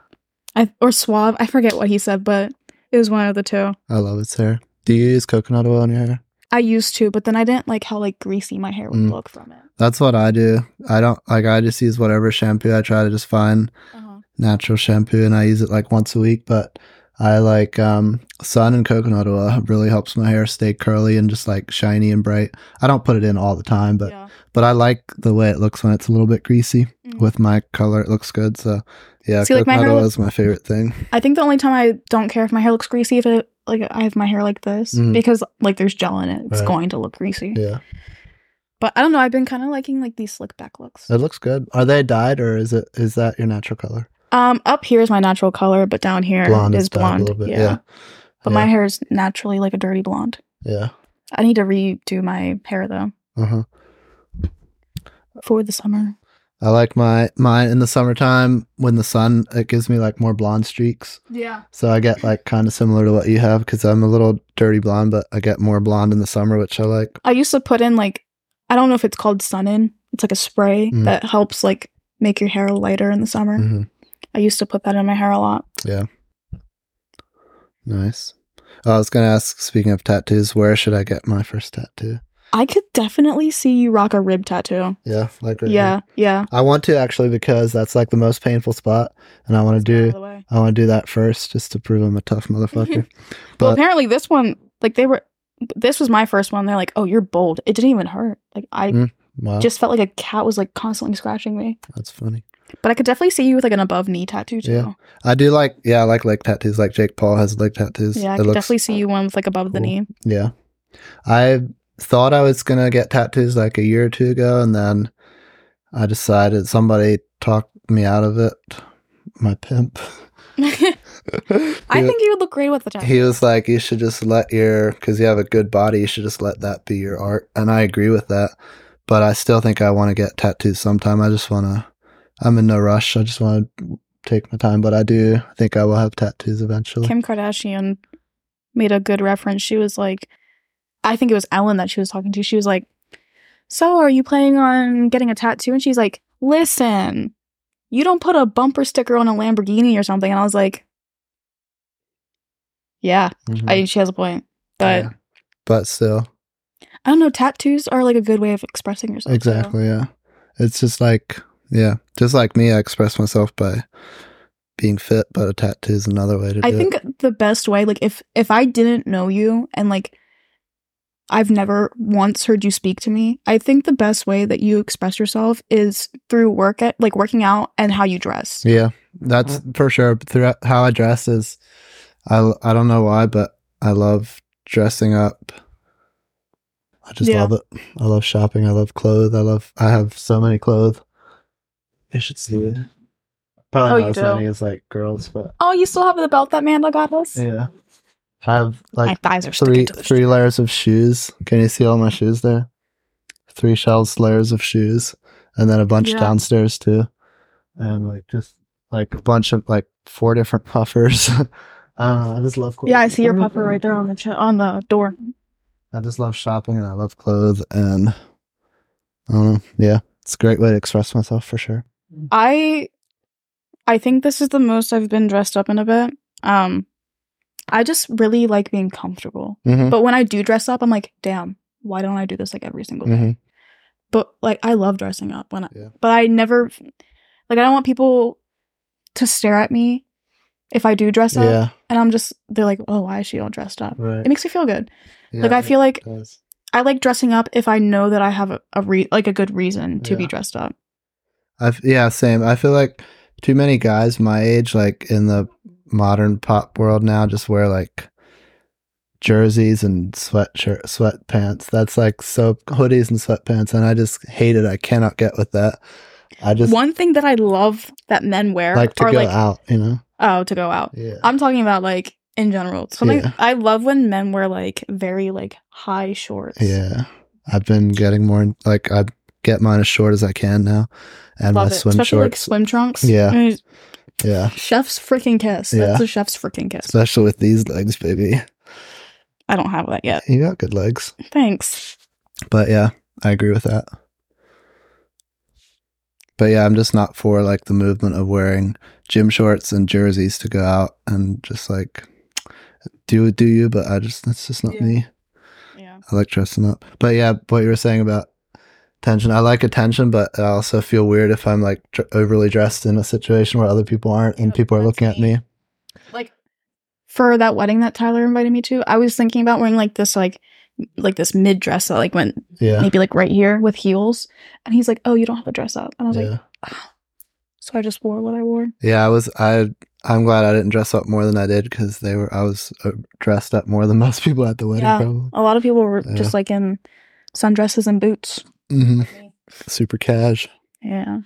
S1: I, or Suave. I forget what he said, but it was one of the two.
S2: I love his hair. Do you use coconut oil in your hair?
S1: I used to, but then I didn't like how like greasy my hair would
S2: Mm.
S1: look from it.
S2: That's what I do. I don't like. I just use whatever shampoo. I try to just find
S1: Uh-huh.
S2: natural shampoo, and I use it like once a week. But I like um, sun and coconut oil. Really helps my hair stay curly and just like shiny and bright. I don't put it in all the time, but
S1: yeah.
S2: but I like the way it looks when it's a little bit greasy
S1: Mm.
S2: with my color. It looks good. So yeah,
S1: See, like, my
S2: coconut
S1: hair
S2: oil
S1: look-
S2: is my favorite thing.
S1: I think the only time I don't care if my hair looks greasy if it like I have my hair like this
S2: Mm.
S1: because like there's gel in it, it's
S2: Right.
S1: going to look greasy.
S2: Yeah,
S1: But I don't know. I've been kind of liking like these slick back looks.
S2: it looks good. Are they dyed or is it is that your natural color?
S1: Um, up here is my natural color, but down here is
S2: Blonde is dyed
S1: blonde.
S2: a little bit.
S1: yeah.
S2: Yeah, yeah.
S1: but my hair is naturally like a dirty blonde.
S2: yeah.
S1: I need to redo my hair though
S2: Uh huh.
S1: for the summer.
S2: I like my mine in the summertime when the sun it gives me like more blonde streaks.
S1: Yeah.
S2: So I get like kind of similar to what you have because I'm a little dirty blonde, but I get more blonde in the summer, which I like.
S1: I used to put in like I don't know if it's called sun in. It's like a spray
S2: Mm.
S1: that helps like make your hair lighter in the summer.
S2: Mhm.
S1: I used to put that in my hair a lot.
S2: Nice. Oh, I was gonna ask. Speaking of tattoos, where should I get my first tattoo?
S1: I could definitely see you rock a rib tattoo.
S2: Yeah, like right
S1: yeah,
S2: here.
S1: yeah.
S2: I want to actually because that's like the most painful spot, and I want to
S1: By
S2: do
S1: the way.
S2: I want to do that first just to prove I'm a tough motherfucker.
S1: well,
S2: but
S1: apparently this one, like they were, this was my first one. They're like, "Oh, you're bold." It didn't even hurt. Like I
S2: Mm. wow,
S1: just felt like a cat was like constantly scratching me.
S2: that's funny.
S1: But I could definitely see you with like an above knee tattoo too.
S2: Yeah. I do like, yeah, I like leg tattoos. Like Jake Paul has leg tattoos.
S1: Yeah, I
S2: It
S1: could
S2: looks-
S1: definitely see you one with like above the
S2: cool.
S1: knee.
S2: Yeah, I thought I was gonna get tattoos like a year or two ago, and then I decided somebody talked me out of it. My pimp.
S1: I think you would look great with the tattoo.
S2: he was like, you should just let your, because you have a good body, you should just let that be your art, and I agree with that. But I still think I want to get tattoos sometime. I just want to. I'm in no rush. I just want to take my time, but I do think I will have tattoos eventually.
S1: Kim Kardashian made a good reference. She was like, I think it was Ellen that she was talking to. She was like, So are you planning on getting a tattoo? And she's like, Listen, you don't put a bumper sticker on a Lamborghini or something. And I was like, Yeah,
S2: Mhm.
S1: I she has a point. But
S2: Yeah. but still
S1: I don't know, tattoos are like a good way of expressing yourself. too.
S2: exactly yeah it's just like yeah just like me i express myself by being fit but a tattoo is another way to
S1: I
S2: do
S1: think
S2: it
S1: the best way, like if if I didn't know you and like I've never once heard you speak to me, I think the best way that you express yourself is through work at like working out and how you dress.
S2: yeah that's
S1: Mm.
S2: for sure But throughout how i dress is i i don't know why but i love dressing up i just
S1: Yeah.
S2: love it i love shopping i love clothes i love i have so many clothes you should see it
S1: Oh,
S2: probably
S1: you
S2: not as
S1: do.
S2: many as like girls but
S1: Oh, you still have the belt that Manda got us?
S2: yeah i have like
S1: My thighs are
S2: three
S1: sticking to the
S2: three layers of shoes. Can you see all my shoes there? Three shelves layers of shoes, and then a bunch
S1: Yeah.
S2: downstairs too, and like just like a bunch of like four different puffers. I don't know. I just love clothes.
S1: Yeah, I see your puffer right there on the ch- on the door.
S2: I just love shopping, and I love clothes, and I don't know. Yeah, it's a great way to express myself for sure.
S1: I I think this is the most I've been dressed up in a bit. Um I just really like being comfortable.
S2: Mhm.
S1: But when I do dress up, I'm like, damn, why don't I do this like every single day?
S2: Mhm.
S1: But like, I love dressing up when I,
S2: Yeah.
S1: but I never, like, I don't want people to stare at me if I do dress up.
S2: yeah.
S1: And I'm just, they're like, oh, why is she all dressed up?
S2: Right.
S1: It makes me feel good.
S2: Yeah,
S1: like, I
S2: it
S1: feel like
S2: does.
S1: I like dressing up if I know that I have a, a re- like a good reason to be
S2: Yeah.
S1: dressed up.
S2: I've yeah, same. I feel like too many guys my age, like in the modern pop world now, just wear like jerseys and sweatshirt sweatpants. That's like so hoodies and sweatpants, and I just hate it. I cannot get with that. I just
S1: One thing that I love that men wear
S2: like to
S1: are
S2: go
S1: like,
S2: out, you know.
S1: oh, to go out.
S2: Yeah,
S1: I'm talking about like in general. Something
S2: Yeah.
S1: I love when men wear like very like high shorts.
S2: yeah. I've been getting more in- like I get mine as short as I can now, and
S1: love
S2: my
S1: it.
S2: swim
S1: Especially like
S2: shorts.
S1: swim trunks.
S2: Yeah.
S1: I mean,
S2: yeah,
S1: chef's freaking kiss.
S2: Yeah.
S1: That's a chef's freaking kiss.
S2: especially with these legs, baby.
S1: I don't have that yet.
S2: You got good legs,
S1: Thanks.
S2: but yeah, I agree with that. But yeah, I'm just not for like the movement of wearing gym shorts and jerseys to go out and just like do do you. But I just that's just not
S1: Yeah.
S2: me.
S1: Yeah.
S2: I like dressing up. But yeah, what you were saying about tension, I like attention, but I also feel weird if I'm like dr- overly dressed in a situation where other people aren't and
S1: Yeah,
S2: people are
S1: that's
S2: looking at
S1: me.
S2: me.
S1: Like for that wedding that Tyler invited me to, I was thinking about wearing like this like like this mid dress that like went
S2: Yeah,
S1: maybe like right here with heels. And he's like, Oh, you don't have a dress up. And I was
S2: yeah,
S1: like, So I just wore what I wore.
S2: yeah. I was I. I'm glad I didn't dress up more than I did because they were. I was uh, dressed up more than most people at the wedding.
S1: Yeah.
S2: Probably.
S1: A lot of people were
S2: Yeah.
S1: just like in sundresses and boots.
S2: hmm
S1: me.
S2: Super cash.
S1: Yeah.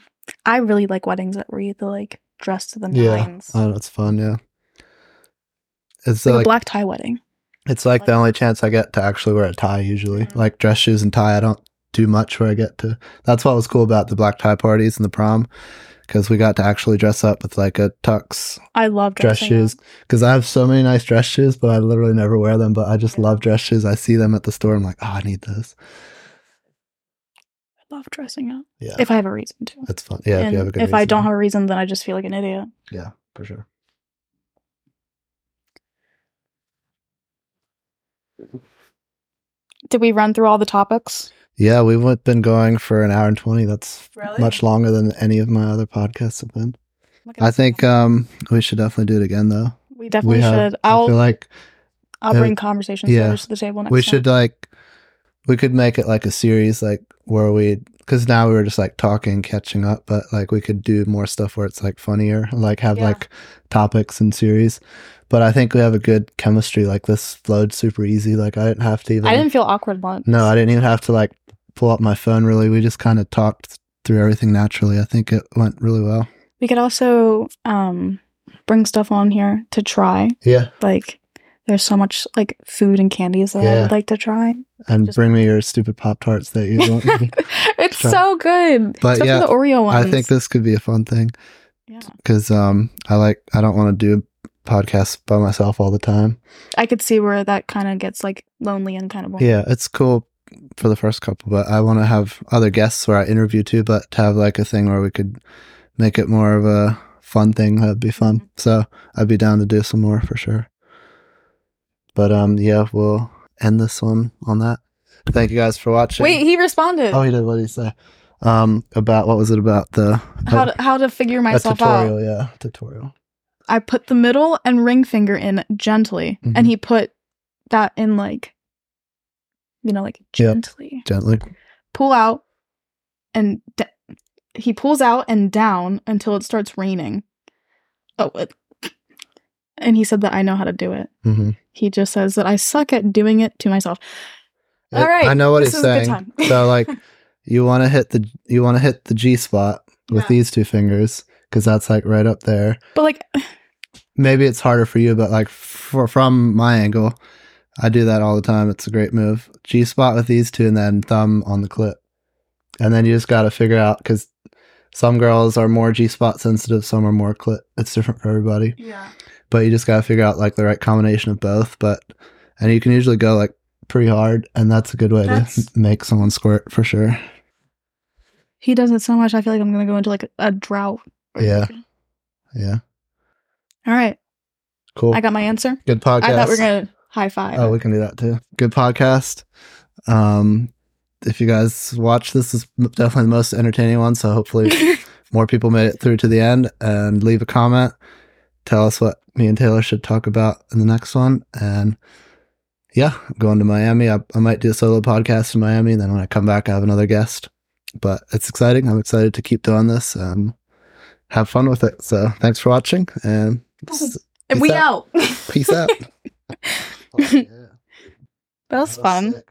S1: I really like weddings that were either like dressed to the
S2: Yeah.
S1: nines.
S2: Oh, that's fun. Yeah. It's
S1: like,
S2: like,
S1: a black tie wedding.
S2: it's like the only chance I get to actually wear a tie usually.
S1: Mhm.
S2: Like dress shoes and tie. I don't do much where I get to. That's what was cool about the black tie parties and the prom because we got to actually dress up with like a tux
S1: I love
S2: dress
S1: dressing
S2: shoes
S1: up.
S2: because I have so many nice dress shoes, but I literally never wear them. But I just
S1: Yeah.
S2: love dress shoes. I see them at the store. I'm like, oh, I need this.
S1: I love dressing up.
S2: Yeah.
S1: If I have a reason to.
S2: that's fun. Yeah. if
S1: and
S2: you have a good
S1: if I
S2: reason.
S1: don't have a reason, then I just feel like an idiot.
S2: yeah, for sure.
S1: Did we run through all the topics?
S2: Yeah, we've been going for an hour and 20. That's
S1: Really?
S2: much longer than any of my other podcasts have been. I think um, we should definitely do it again, though.
S1: we definitely
S2: we have-
S1: should.
S2: I feel
S1: I'll
S2: like
S1: I'll
S2: uh,
S1: bring conversation
S2: yeah.
S1: starters to the table next
S2: we
S1: time.
S2: should like we could make it like a series, like where we because now we were just like talking, catching up, but like we could do more stuff where it's like funnier, like have
S1: Yeah.
S2: like topics and series. But I think we have a good chemistry. Like this flowed super easy. Like I didn't have to even.
S1: I didn't feel awkward once.
S2: No, I didn't even have to like pull up my phone. Really, we just kind of talked through everything naturally. I think it went really well.
S1: we could also um bring stuff on here to try.
S2: Yeah,
S1: Like there's so much like food and candies that I
S2: Yeah.
S1: would like to try.
S2: and
S1: Just-
S2: bring me your stupid pop tarts that you want.
S1: it's
S2: Try.
S1: so good.
S2: But
S1: Especially
S2: yeah,
S1: the Oreo
S2: I
S1: ones.
S2: think this could be a fun thing
S1: yeah.
S2: because um, I like I don't want to do podcasts by myself all the time.
S1: I could see where that kind of gets like lonely and kind of boring.
S2: Yeah, it's cool for the first couple, but I want to have other guests where I interview too. But to have like a thing where we could make it more of a fun thing, that'd be fun.
S1: Mhm.
S2: So I'd be down to do some more for sure. But um, yeah, we'll end this one on that. Thank you guys for watching.
S1: Wait, he responded.
S2: oh, he did. What did he say? Um, about what was it about the
S1: how to, how to figure
S2: a
S1: myself
S2: tutorial?
S1: out.
S2: Yeah, tutorial.
S1: I put the middle and ring finger in gently,
S2: Mhm.
S1: and he put that in like, you know, like gently.
S2: Gently.
S1: Pull out, and d he pulls out and down until it starts raining. Oh, it- and he said that I know how to do it.
S2: Mm-hmm.
S1: He just says that I suck at doing it to myself.
S2: It-
S1: All right,
S2: I know what
S1: this
S2: he's
S1: is a good
S2: saying.
S1: time.
S2: so like you want to hit the you want to hit the G spot with
S1: Yeah.
S2: these two fingers cuz that's like right up there.
S1: But like,
S2: Maybe it's harder for you but like for, from my angle I do that all the time. It's a great move. G spot with these two and then thumb on the clip. And then you just got to figure out cuz some girls are more G spot sensitive, some are more clip. It's different for everybody
S1: yeah,
S2: but you just gotta figure out like the right combination of both. But and you can usually go like pretty hard, and that's a good way to
S1: That's-
S2: m- make someone squirt for sure.
S1: he does it so much. I feel like I'm gonna go into like a drought.
S2: Yeah. Yeah.
S1: All right.
S2: Cool.
S1: I got my answer.
S2: Good podcast.
S1: I thought we were gonna high five.
S2: Oh, we can do that too. Good podcast. Um, if you guys watch this, is definitely the most entertaining one. So hopefully, more people made it through to the end and leave a comment. Tell us what me and Taylor should talk about in the next one. And yeah, I'm going to Miami. I, I might do a solo podcast in Miami. And then when I come back, I have another guest. But it's exciting. I'm excited to keep doing this and have fun with it. So thanks for watching. And s-
S1: and we out.
S2: peace out.
S1: That was fun.